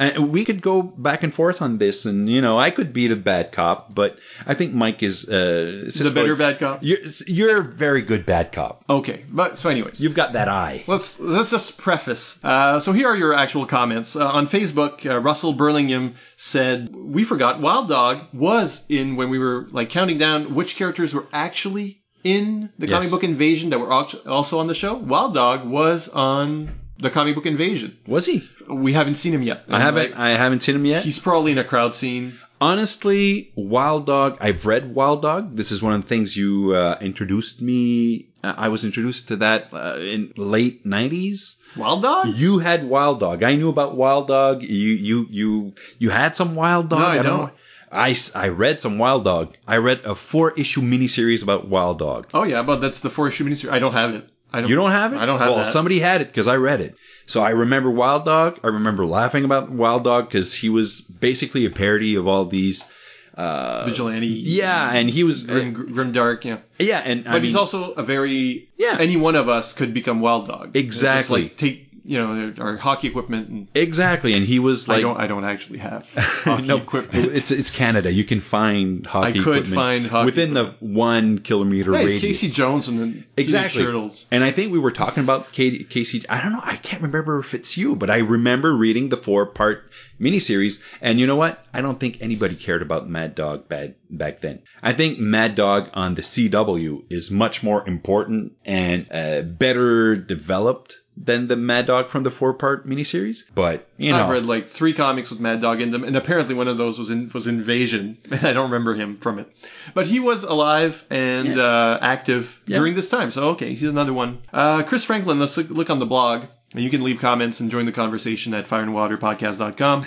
And we could go back and forth on this, and you know, I could be the bad cop, but I think Mike is uh,
the better bad cop.
You're, you're a very good bad cop.
Okay, but so anyways,
You've got that eye.
let's let's just preface. Uh, so here are your actual comments uh, on Facebook. Uh, Russell Burlingham said we forgot Wild Dog was in when we were like counting down which characters were actually in the comic
Yes.
book invasion that were al- also on the show. Wild Dog was on the comic book invasion.
Was he?
We haven't seen him yet.
I haven't.
Like,
I haven't seen him yet.
he's probably in a crowd scene.
honestly, Wild Dog. I've read Wild Dog. This is one of the things you uh, introduced me. Uh, I was introduced to that uh, in late '90s.
Wild Dog.
You had Wild Dog. I knew about Wild Dog. You you you you had some Wild Dog.
No, I
don't
don't.
know. I, s- I read some Wild Dog. I read a four issue miniseries about Wild Dog.
Oh yeah, but that's the four issue miniseries. I don't have it. I don't.
You don't have it?
I don't have
well,
that.
somebody had it because I read it. So I remember Wild Dog. I remember laughing about Wild Dog because he was basically a parody of all these. Uh,
vigilante.
yeah, and he was
and Gr- grim dark. Yeah,
yeah, and
but he's also a very
Yeah.
Any one of us could become wild dog.
Exactly.
Just, like take you know their- our hockey equipment and
exactly, and he was like
I don't I don't actually have hockey
No,
equipment.
It's it's Canada. You can find hockey.
I could
equipment
find hockey
within the one kilometer
Yeah, it's
radius.
Casey Jones and the
Exactly.
Teenage Turtles.
And I think we were talking about Katie, Casey. I don't know. I can't remember if it's you, but I remember reading the four part miniseries. And you know what? I don't think anybody cared about Mad Dog bad, back then. I think Mad Dog on the CW is much more important and uh, better developed than the Mad Dog from the four part miniseries. But, you know.
I've read like three comics with Mad Dog in them, and apparently one of those was in, was Invasion, and I don't remember him from it. But he was alive and uh, active during this time, so okay, he's another one. Uh, Chris Franklin, let's look, look on the blog, and you can leave comments and join the conversation at fireandwaterpodcast.com.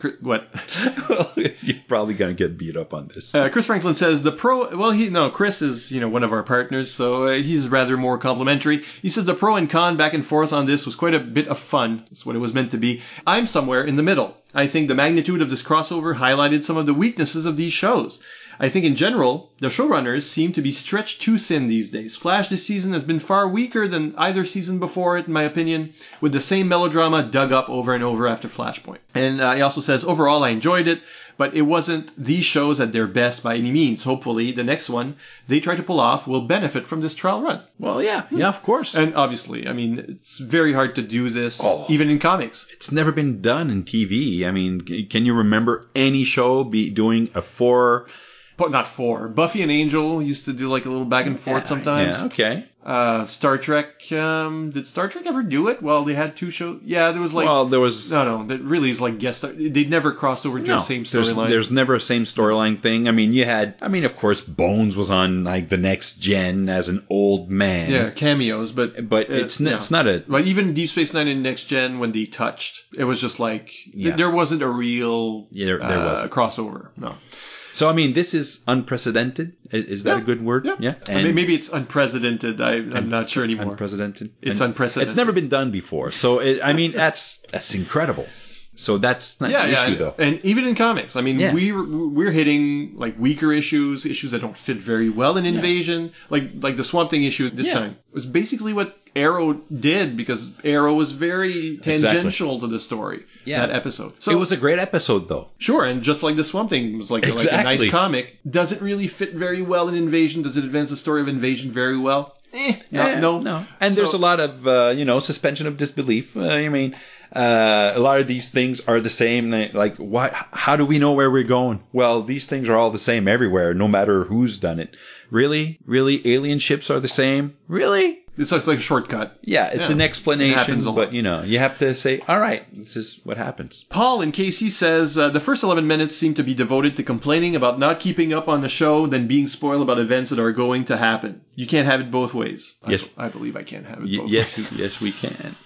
Chris- what?
you're probably going to get beat up on this.
Uh, Chris Franklin says the pro. Well, he no. Chris is you know one of our partners, so uh, he's rather more complimentary. He says the pro and con back and forth on this was quite a bit of fun. That's what it was meant to be. I'm somewhere in the middle. I think the magnitude of this crossover highlighted some of the weaknesses of these shows. I think in general, the showrunners seem to be stretched too thin these days. Flash this season has been far weaker than either season before it, in my opinion, with the same melodrama dug up over and over after Flashpoint. And uh, he also says, overall, I enjoyed it, but it wasn't these shows at their best by any means. Hopefully, the next one they try to pull off will benefit from this trial run.
Well, yeah. Yeah, of course.
And obviously, I mean, it's very hard to do this, even in comics.
it's never been done in TV. I mean, c- can you remember any show be doing a four
but not four. Buffy and Angel used to do like a little back and forth sometimes.
Yeah, okay.
Uh, Star Trek. Um, did Star Trek ever do it? Well, they had two shows. Yeah, there was like.
Well, there was-
No, no. That really is like guest. star- They never crossed over into the same
there's,
storyline.
there's never a same storyline thing. I mean, you had, I mean, of course, Bones was on like the next gen as an old man.
yeah cameos, but
but
uh,
it's n-
yeah.
it's not a
But even Deep Space Nine and Next Gen, when they touched, it was just like
Yeah.
there wasn't a real
Yeah, there- there
uh,
wasn't.
crossover. No,
So I mean, this is unprecedented. I- Is that a good word? Yeah.
I mean, maybe it's unprecedented. I, I'm not sure anymore.
Unprecedented.
It's
And
unprecedented.
It's never been done before. So it, I mean, that's that's incredible. So that's not
yeah,
an
yeah,
issue
and,
though.
and even in comics, I mean,
Yeah.
we're we're hitting like weaker issues, issues that don't fit very well in Invasion, like like the Swamp Thing issue this
Yeah.
time was basically what Arrow did because Arrow was very tangential to the story
Yeah.
that episode. So
it was a great episode though.
Sure, and just like the Swamp Thing was like, like a
Exactly.
nice comic, doesn't really fit very well in Invasion. Does it advance the story of Invasion very well? Eh, no,
Yeah,
no,
And
So-
there's a lot of uh, you know suspension of disbelief. Uh, I mean, uh, a lot of these things are the same. Like, why? How do we know where we're going? Well, these things are all the same everywhere, no matter who's done it. Really, really, alien ships are the same. Really?
It's like like a shortcut.
Yeah, it's
Yeah.
an
It
explanation,
happens a lot.
but you know, you have to say, all right, this is what happens.
Paul in Casey says uh, the first 11 minutes seem to be devoted to complaining about not keeping up on the show, then being spoiled about events that are going to happen. You can't have it both ways. I-
Yes.
I, believe I can't have it
Y-
both ways.
yes, yes, we can.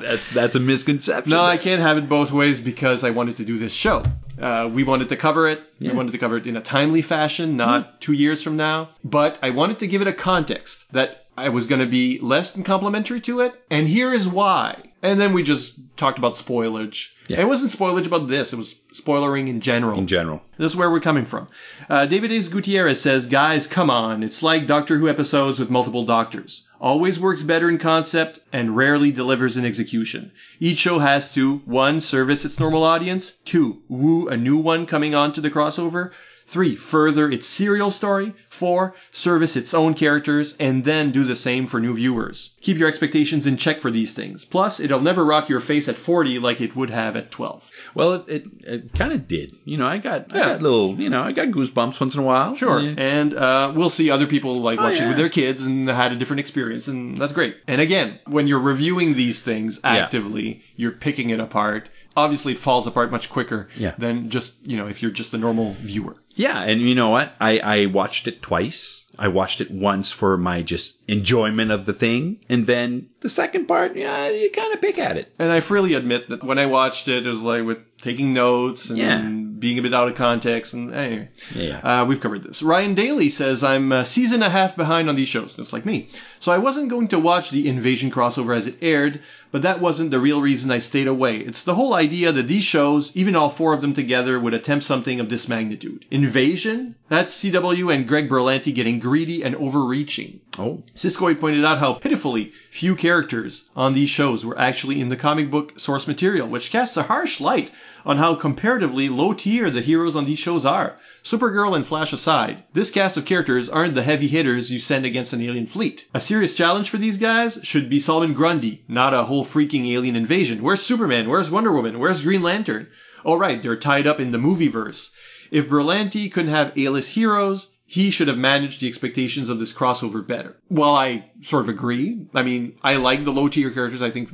That's that's a misconception.
No, I can't have it both ways because I wanted to do this show. Uh, we wanted to cover it. We wanted to cover it in a timely fashion, not
Mm-hmm.
two years from now. But I wanted to give it a context that I was going to be less than complimentary to it, and here is why. And then we just talked about spoilage.
Yeah.
It wasn't spoilage about this; it was spoilering in general.
in general.
This is where we're coming from. Uh, David A's Gutierrez says, Guys, come on. It's like Doctor Who episodes with multiple doctors. Always works better in concept and rarely delivers in execution. Each show has to 1. service its normal audience, 2. woo a new one coming on to the crossover, 3. further its serial story, 4. service its own characters, and then do the same for new viewers. Keep your expectations in check for these things. Plus, it'll never rock your face at 40 like it would have at 12.
Well, it it, it kind of did. You know, I got I
Yeah.
got little. You know, I got goosebumps once in a while.
Sure,
Yeah. Oh,
and uh, we'll see other people like watching
yeah.
with their kids and had a different experience, and that's great. And again, when you're reviewing these things actively, you're picking it apart. Obviously, it falls apart much quicker
Yeah.
than just you know if you're just a normal viewer.
Yeah, and you know what? I, I watched it twice. I watched it once for my just enjoyment of the thing, and then the second part, yeah, you kind of pick at it.
And I freely admit that when I watched it, it was like with taking notes and
Yeah.
being a bit out of context. And anyway,
Yeah.
uh, we've covered this. Ryan Daly says I'm a season and a half behind on these shows, just like me. So I wasn't going to watch the Invasion crossover as it aired, but that wasn't the real reason I stayed away. It's the whole idea that these shows, even all four of them together, would attempt something of this magnitude. Invasion? That's CW and Greg Berlanti getting greedy and overreaching.
Oh,
Siskoy pointed out how pitifully few characters on these shows were actually in the comic book source material, which casts a harsh light on how comparatively low tier the heroes on these shows are. Supergirl and Flash aside, this cast of characters aren't the heavy hitters you send against an alien fleet. A serious challenge for these guys should be Solomon Grundy, not a whole freaking alien invasion. Where's Superman? Where's Wonder Woman? Where's Green Lantern? All right, they're tied up in the movie verse. If Berlanti couldn't have A-list heroes, he should have managed the expectations of this crossover better. While I sort of agree, I mean, I like the low tier characters. I think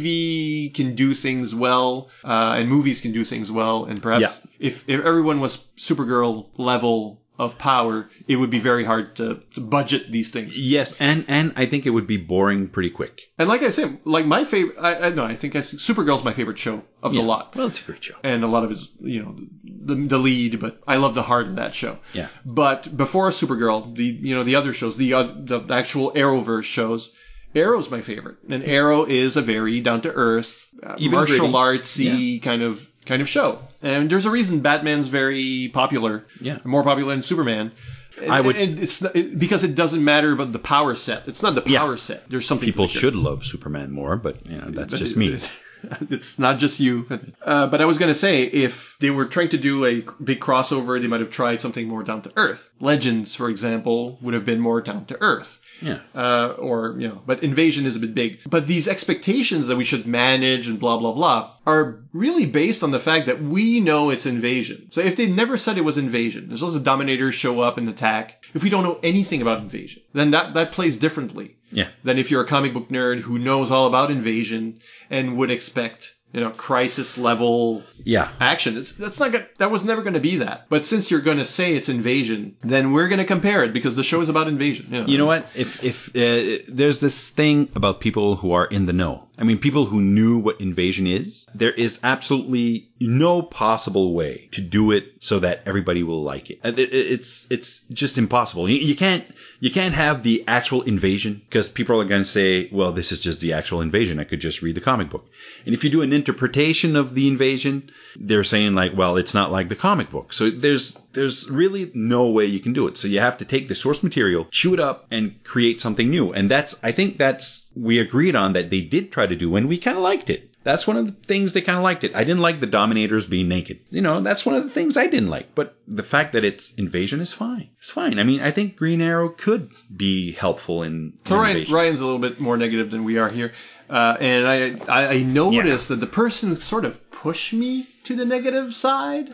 TV can do things well, uh, and movies can do things well. And perhaps if, if everyone was Supergirl level of power, it would be very hard to, to budget these things.
yes, and and I think it would be boring pretty quick.
And like I said, like my favorite, I, I no, I think I, Supergirl's my favorite show of the lot
Well, it's a great show.
and a lot of his, you know, the, the lead. But I love the heart of that show.
Yeah.
But before Supergirl, the you know the other shows, the oth- the actual Arrowverse shows, Arrow's my favorite, and Arrow is a very down to earth, uh,
Even
martial
gritty.
artsy kind of kind of show. And there's a reason Batman's very popular.
Yeah.
More popular than Superman. And,
I would-
and it's not- it, because it doesn't matter about the power set. It's not the power set. There's something to
People
the show.
should love Superman more, but you know that's just me.
it's not just you. Uh, but I was going to say, if they were trying to do a big crossover, they might have tried something more down to earth. Legends, for example, would have been more down to earth.
Yeah.
Uh, or, you know, but Invasion is a bit big. But these expectations that we should manage and blah, blah, blah are really based on the fact that we know it's Invasion. So if they never said it was Invasion, there's also Dominators show up and attack. If we don't know anything about Invasion, then that, that plays differently
Yeah.
than if you're a comic book nerd who knows all about Invasion and would expect, you know, crisis level
Yeah.
action. It's, that's not gonna, that was never going to be that. But since you're going to say it's invasion, then we're going to compare it because the show is about invasion. You know,
You know what? If if uh, there's this thing about people who are in the know. I mean, people who knew what invasion is. There is absolutely no possible way to do it so that everybody will like it. Uh, it- it- It's it's just impossible. You, you can't you can't have the actual invasion because people are going to say, well, this is just the actual invasion. I could just read the comic book. And if you do an interpretation of the invasion, they're saying like, well, it's not like the comic book. So there's there's really no way you can do it. So you have to take the source material, chew it up, and create something new. And that's I think that's we agreed on that they did try to do, and we kind of liked it. That's one of the things they kind of liked it. I didn't like the Dominators being naked. You know, that's one of the things I didn't like. But the fact that it's invasion is fine. It's fine. I mean, I think Green Arrow could be helpful in.
so
in
Ryan,
invasion.
Ryan's a little bit more negative than we are here. Uh, and I, I, I noticed that the person that sort of pushed me to the negative side,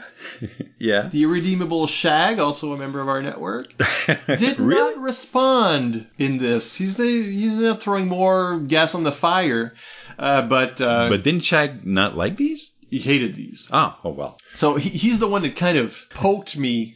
Yeah.
the irredeemable Shag, also a member of our network, did not respond in this. He's the, he's not throwing more gas on the fire, uh, but uh,
But didn't Shag not like these?
he hated these.
Oh, oh well.
So he, he's the one that kind of poked me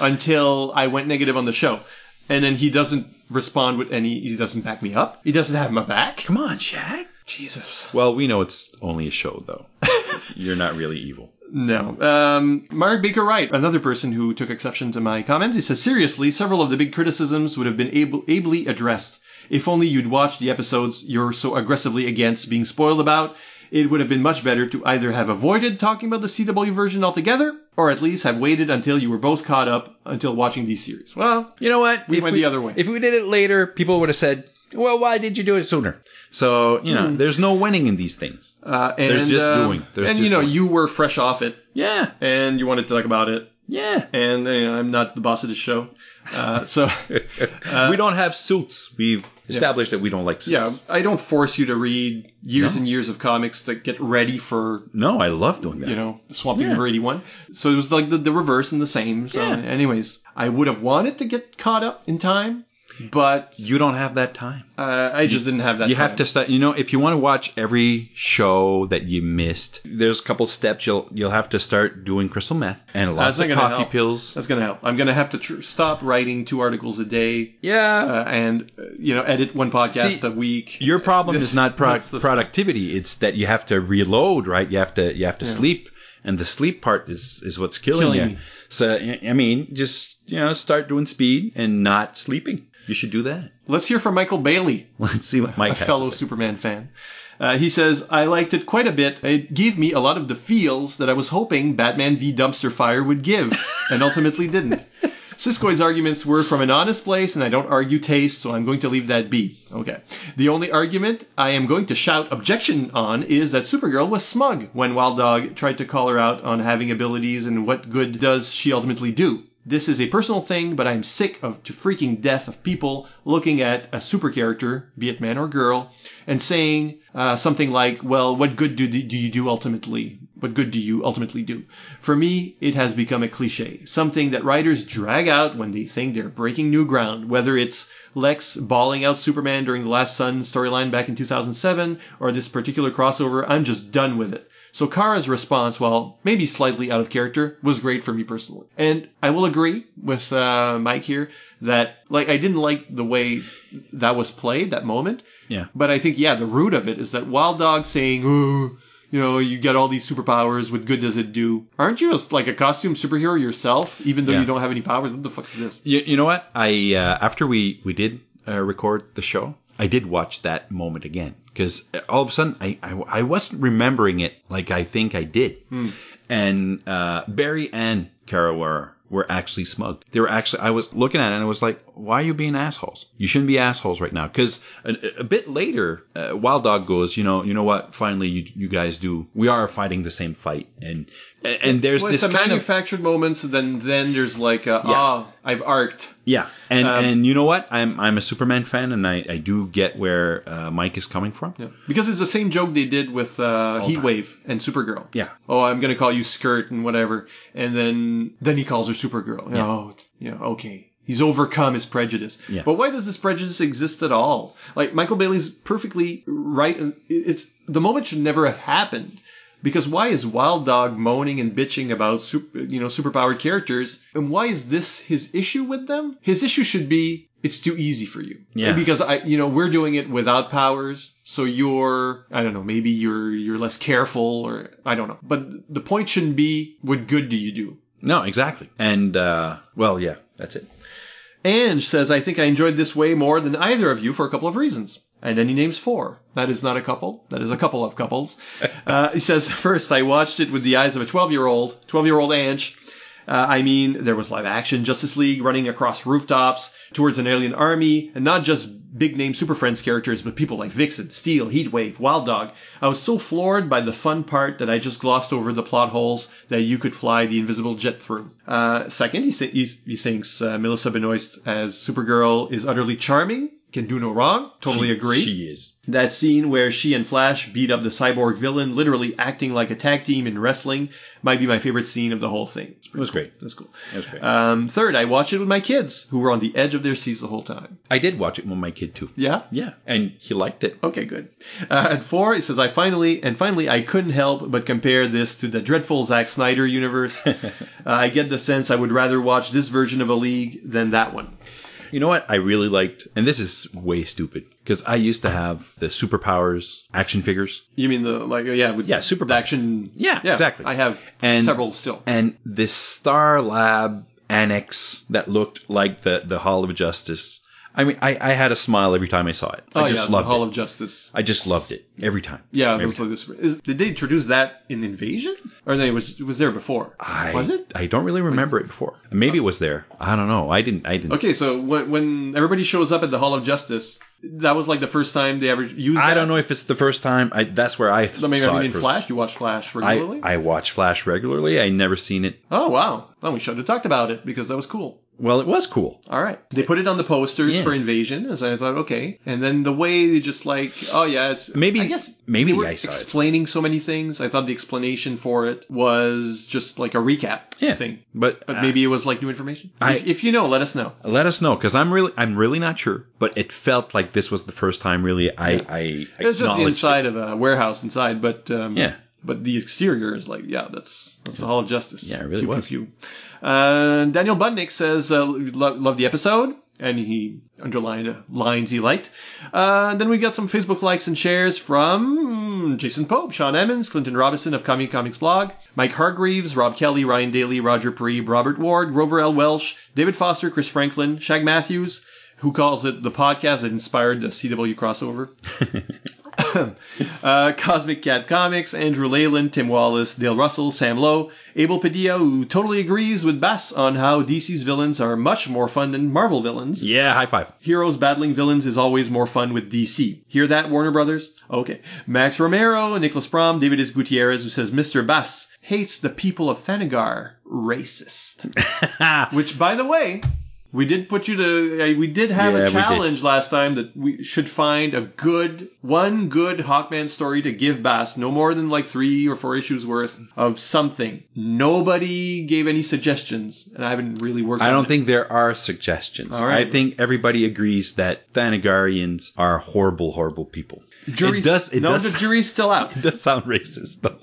until I went negative on the show, and then he doesn't respond with any. He doesn't back me up. He doesn't have my back.
Come on, Shag.
Jesus.
Well, we know it's only a show, though. You're not really evil.
No. Um, Mark Baker Wright, another person who took exception to my comments, he says, seriously, several of the big criticisms would have been able, ably addressed. If only you'd watched the episodes you're so aggressively against being spoiled about, it would have been much better to either have avoided talking about the CW version altogether, or at least have waited until you were both caught up until watching these series. Well,
You know what?
We went the other way.
If we did it later, people would have said, "Well, why did you do it sooner?" So you know, there's no winning in these things.
uh, and,
There's just
um,
doing. There's
and you
just
know,
doing.
you were fresh off it,
Yeah,
and you wanted to talk about it,
yeah.
and you know, I'm not the boss of the show. Uh, so
Uh, we don't have suits. We've established that we don't like suits.
Yeah, I don't force you to read years
No.
and years of comics to get ready for
No, I love doing that.
you know Swamp Thing
Yeah.
number eighty one. So it was like the, the reverse and the same. So,
Yeah.
anyways, I would have wanted to get caught up in time, but
You don't have that time.
uh, I just didn't have that.
you
time.
have to start. You know, if you want to watch every show that you missed, there's a couple steps you'll you'll have to start doing crystal meth and
That's
lots
not
of
gonna
coffee
help.
pills.
That's gonna help. I'm gonna have to tr- stop writing two articles a day
Yeah.
uh, and uh, you know edit one podcast
See,
a week.
Your problem is not pro-
That's the-
productivity; it's that you have to reload, right? You have to you have to sleep, and the sleep part is is what's killing,
Killing
you.
me.
So I I mean, just you know, start doing speed and not sleeping. You should do that.
Let's hear from Michael Bailey.
Let's see what Mike
a
has to
fellow
say.
Superman fan. Uh, he says, I liked it quite a bit. It gave me a lot of the feels that I was hoping Batman v Dumpster Fire would give, and ultimately didn't. Siskoid's arguments were from an honest place, and I don't argue taste, so I'm going to leave that be. Okay. The only argument I am going to shout objection on is that Supergirl was smug when Wild Dog tried to call her out on having abilities and what good does she ultimately do. This is a personal thing, but I'm sick of to freaking death of people looking at a super character, be it man or girl, and saying uh, something like, "Well, what good do do you do ultimately? What good do you ultimately do?" For me, it has become a cliche, something that writers drag out when they think they're breaking new ground, whether it's Lex bawling out Superman during the Last Sun storyline back in 2007, or this particular crossover, I'm just done with it. So Kara's response, while maybe slightly out of character, was great for me personally. And I will agree with uh, Mike here that, like, I didn't like the way that was played, that moment.
Yeah.
But I think, yeah, the root of it is that Wild Dog saying, ooh, you know, you get all these superpowers, what good does it do? Aren't you just like a costume superhero yourself, even though
Yeah.
you don't have any powers? What the fuck is this?
You, you know what? I uh, after we we did uh, record the show, I did watch that moment again because all of a sudden I, I I wasn't remembering it like I think I did,
Hmm.
and uh, Barry and Kara were were actually smug. They were actually I was looking at it and I was like, why are you being assholes? You shouldn't be assholes right now. Because a, a bit later, uh, Wild Dog goes, you know, you know what? Finally, you, you guys do. We are fighting the same fight, and and, and there's
Well,
this
it's a
kind of
manufactured moments, and then then there's like, uh, ah, I've arced.
Yeah, and
Um,
and you know what? I'm I'm a Superman fan, and I, I do get where uh, Mike is coming from.
Yeah. Because it's the same joke they did with uh, Heatwave and Supergirl.
Yeah.
Oh, I'm gonna call you Skirt and whatever, and then then he calls her Supergirl.
Yeah.
Oh, yeah, okay. He's overcome his prejudice.
Yeah.
But why does this prejudice exist at all? Like Michael Bailey's perfectly right. and It's the moment should never have happened. Because why is Wild Dog moaning and bitching about super, you know superpowered characters, and why is this his issue with them? His issue should be it's too easy for you.
Yeah.
Because I, you know, we're doing it without powers, so you're, I don't know, maybe you're you're less careful, or I don't know. But the point shouldn't be what good do you do.
No, exactly. And uh, well, yeah, that's it.
Ange says, I think I enjoyed this way more than either of you for a couple of reasons. And then he names four. That is not a couple. That is a couple of couples. Uh, he says, first, I watched it with the eyes of a 12-year-old, 12-year-old Ange. Uh, I mean, there was live action Justice League running across rooftops towards an alien army, and not just big name Super Friends characters, but people like Vixen, Steel, Heatwave, Wild Dog. I was so floored by the fun part that I just glossed over the plot holes that you could fly the invisible jet through. Uh, second, he, sa- he, he thinks uh, Melissa Benoist as Supergirl is utterly charming, can do no wrong. Totally
She-
agree.
She is.
That scene where she and Flash beat up the cyborg villain, literally acting like a tag team in wrestling, might be my favorite scene of the whole thing. It's
It was great.
that's cool.
It was great.
Um, third, I watched it with my kids, who were on the edge of their seats the whole time.
I did watch it with my kid too.
Yeah.
Yeah, and he liked it.
Okay, good. Uh, and four, it says, I finally, and finally, I couldn't help but compare this to the dreadful Zack Snyder universe. uh, I get the sense I would rather watch this version of a league than that one.
You know what I really liked, and this is way stupid because I used to have the superpowers action figures,
You mean the, like, yeah, with
Yeah, super-
the action.
Yeah, exactly.
I have
And-
several still.
and this Star Lab annex that looked like the the Hall of Justice. I mean, I, I had a smile every time I saw it.
oh,
I just
yeah, the
loved
Hall
it.
of Justice.
I just loved it every time.
Yeah, it
every
was like this. Is, did they introduce that in Invasion, or no, it was it was there before?
I,
was it?
I don't really remember it before. Maybe it was there. I don't know. I didn't. I didn't.
Okay, so when when everybody shows up at the Hall of Justice, that was like the first time they ever used.
I
that?
don't know if it's the first time. I that's where I
I mean,
saw
I mean
it
in
first.
Flash, you watch Flash
I
regularly.
I watch Flash regularly. I never seen it.
oh wow, well, we should have talked about it because that was cool.
Well, it was cool.
All right, they put it on the posters
Yeah.
for Invasion, as I thought. Okay, and then the way they just like, oh yeah, it's
Maybe-
I guess
maybe
they were
I saw it.
explaining so many things. I thought the explanation for it was just like a recap
Yeah,
thing,
but
but
uh,
maybe it was like new information.
I-
if, if you know, let us know.
let us know because I'm really I'm really not sure. But it felt like this was the first time really I
Yeah.
I
It's just the
acknowledged
inside of a warehouse inside, but um,
Yeah.
But the exterior is like, yeah, that's that's the Hall of Justice.
Yeah, it really
Pew,
was.
pew, pew. Uh, Daniel Budnick says, uh, lo- love the episode, and he underlined uh, lines he liked. Uh, then we got some Facebook likes and shares from mm, Jason Pope, Sean Emmons, Clinton Robinson of Comic Comics Blog, Mike Hargreaves, Rob Kelly, Ryan Daly, Roger Preeb, Robert Ward, Grover L. Welsh, David Foster, Chris Franklin, Shag Matthews, who calls it the podcast that inspired the CW crossover. Uh, Cosmic Cat Comics, Andrew Leyland, Tim Wallace, Dale Russell, Sam Lowe, Abel Padilla, who totally agrees with Bass on how DC's villains are much more fun than Marvel villains.
it. Yeah, high five.
Heroes battling villains is always more fun with DC. Hear that, Warner Brothers? Okay. Max Romero, Nicholas Brom, David is Gutierrez, who says Mr. Bass hates the people of Thanagar. Racist. Which, by the way, we did put you to. uh, We did have
Yeah,
a
we did.
challenge last time that we should find a good one good Hawkman story to give Bass, no more than like three or four issues worth of something. Nobody gave any suggestions, and I haven't really worked.
I
on
don't
it.
think there are suggestions.
All right.
I think everybody agrees that Thanagarians are horrible, horrible people.
Jury's,
it does. It
no,
does.
the jury's still out.
it does sound racist though.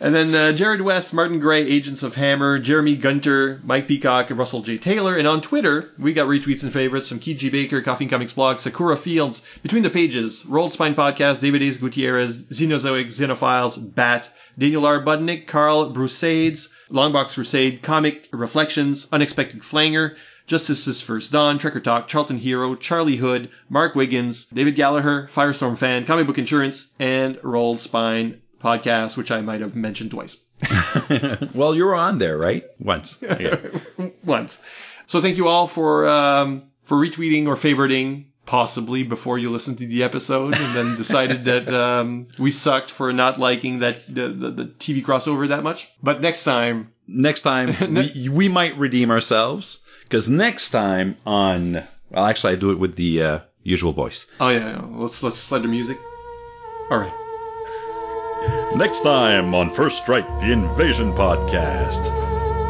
And then uh, Jared West, Martin Gray, Agents of Hammer, Jeremy Gunter, Mike Peacock, and Russell J. Taylor. And on Twitter, we got retweets and favorites from Kiji Baker, Coffee and Comics Blog, Sakura Fields, Between the Pages, Rolled Spine Podcast, David A's Gutierrez, Xenozoic, Xenophiles, Bat, Daniel R. Budnick, Carl Brusades, Longbox Crusade, Comic Reflections, Unexpected Flanger, Justice's First Dawn, Trekker Talk, Charlton Hero, Charlie Hood, Mark Wiggins, David Gallagher, Firestorm Fan, Comic Book Insurance, and Rolled Spine podcast, which I might have mentioned twice.
well, you were on there, right? Once. Yeah.
Once. So thank you all for um, for retweeting or favoriting, possibly before you listened to the episode, and then decided that um, we sucked for not liking that the, the, the TV crossover that much. But next time,
next time we, we might redeem ourselves because next time on well actually i do it with the uh, usual voice
oh yeah, yeah. let's let's slide the music all right
next time on first strike the invasion podcast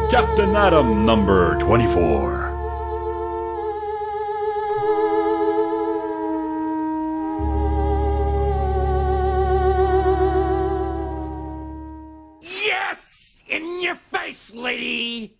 captain adam number 24
Yes! In your face, lady!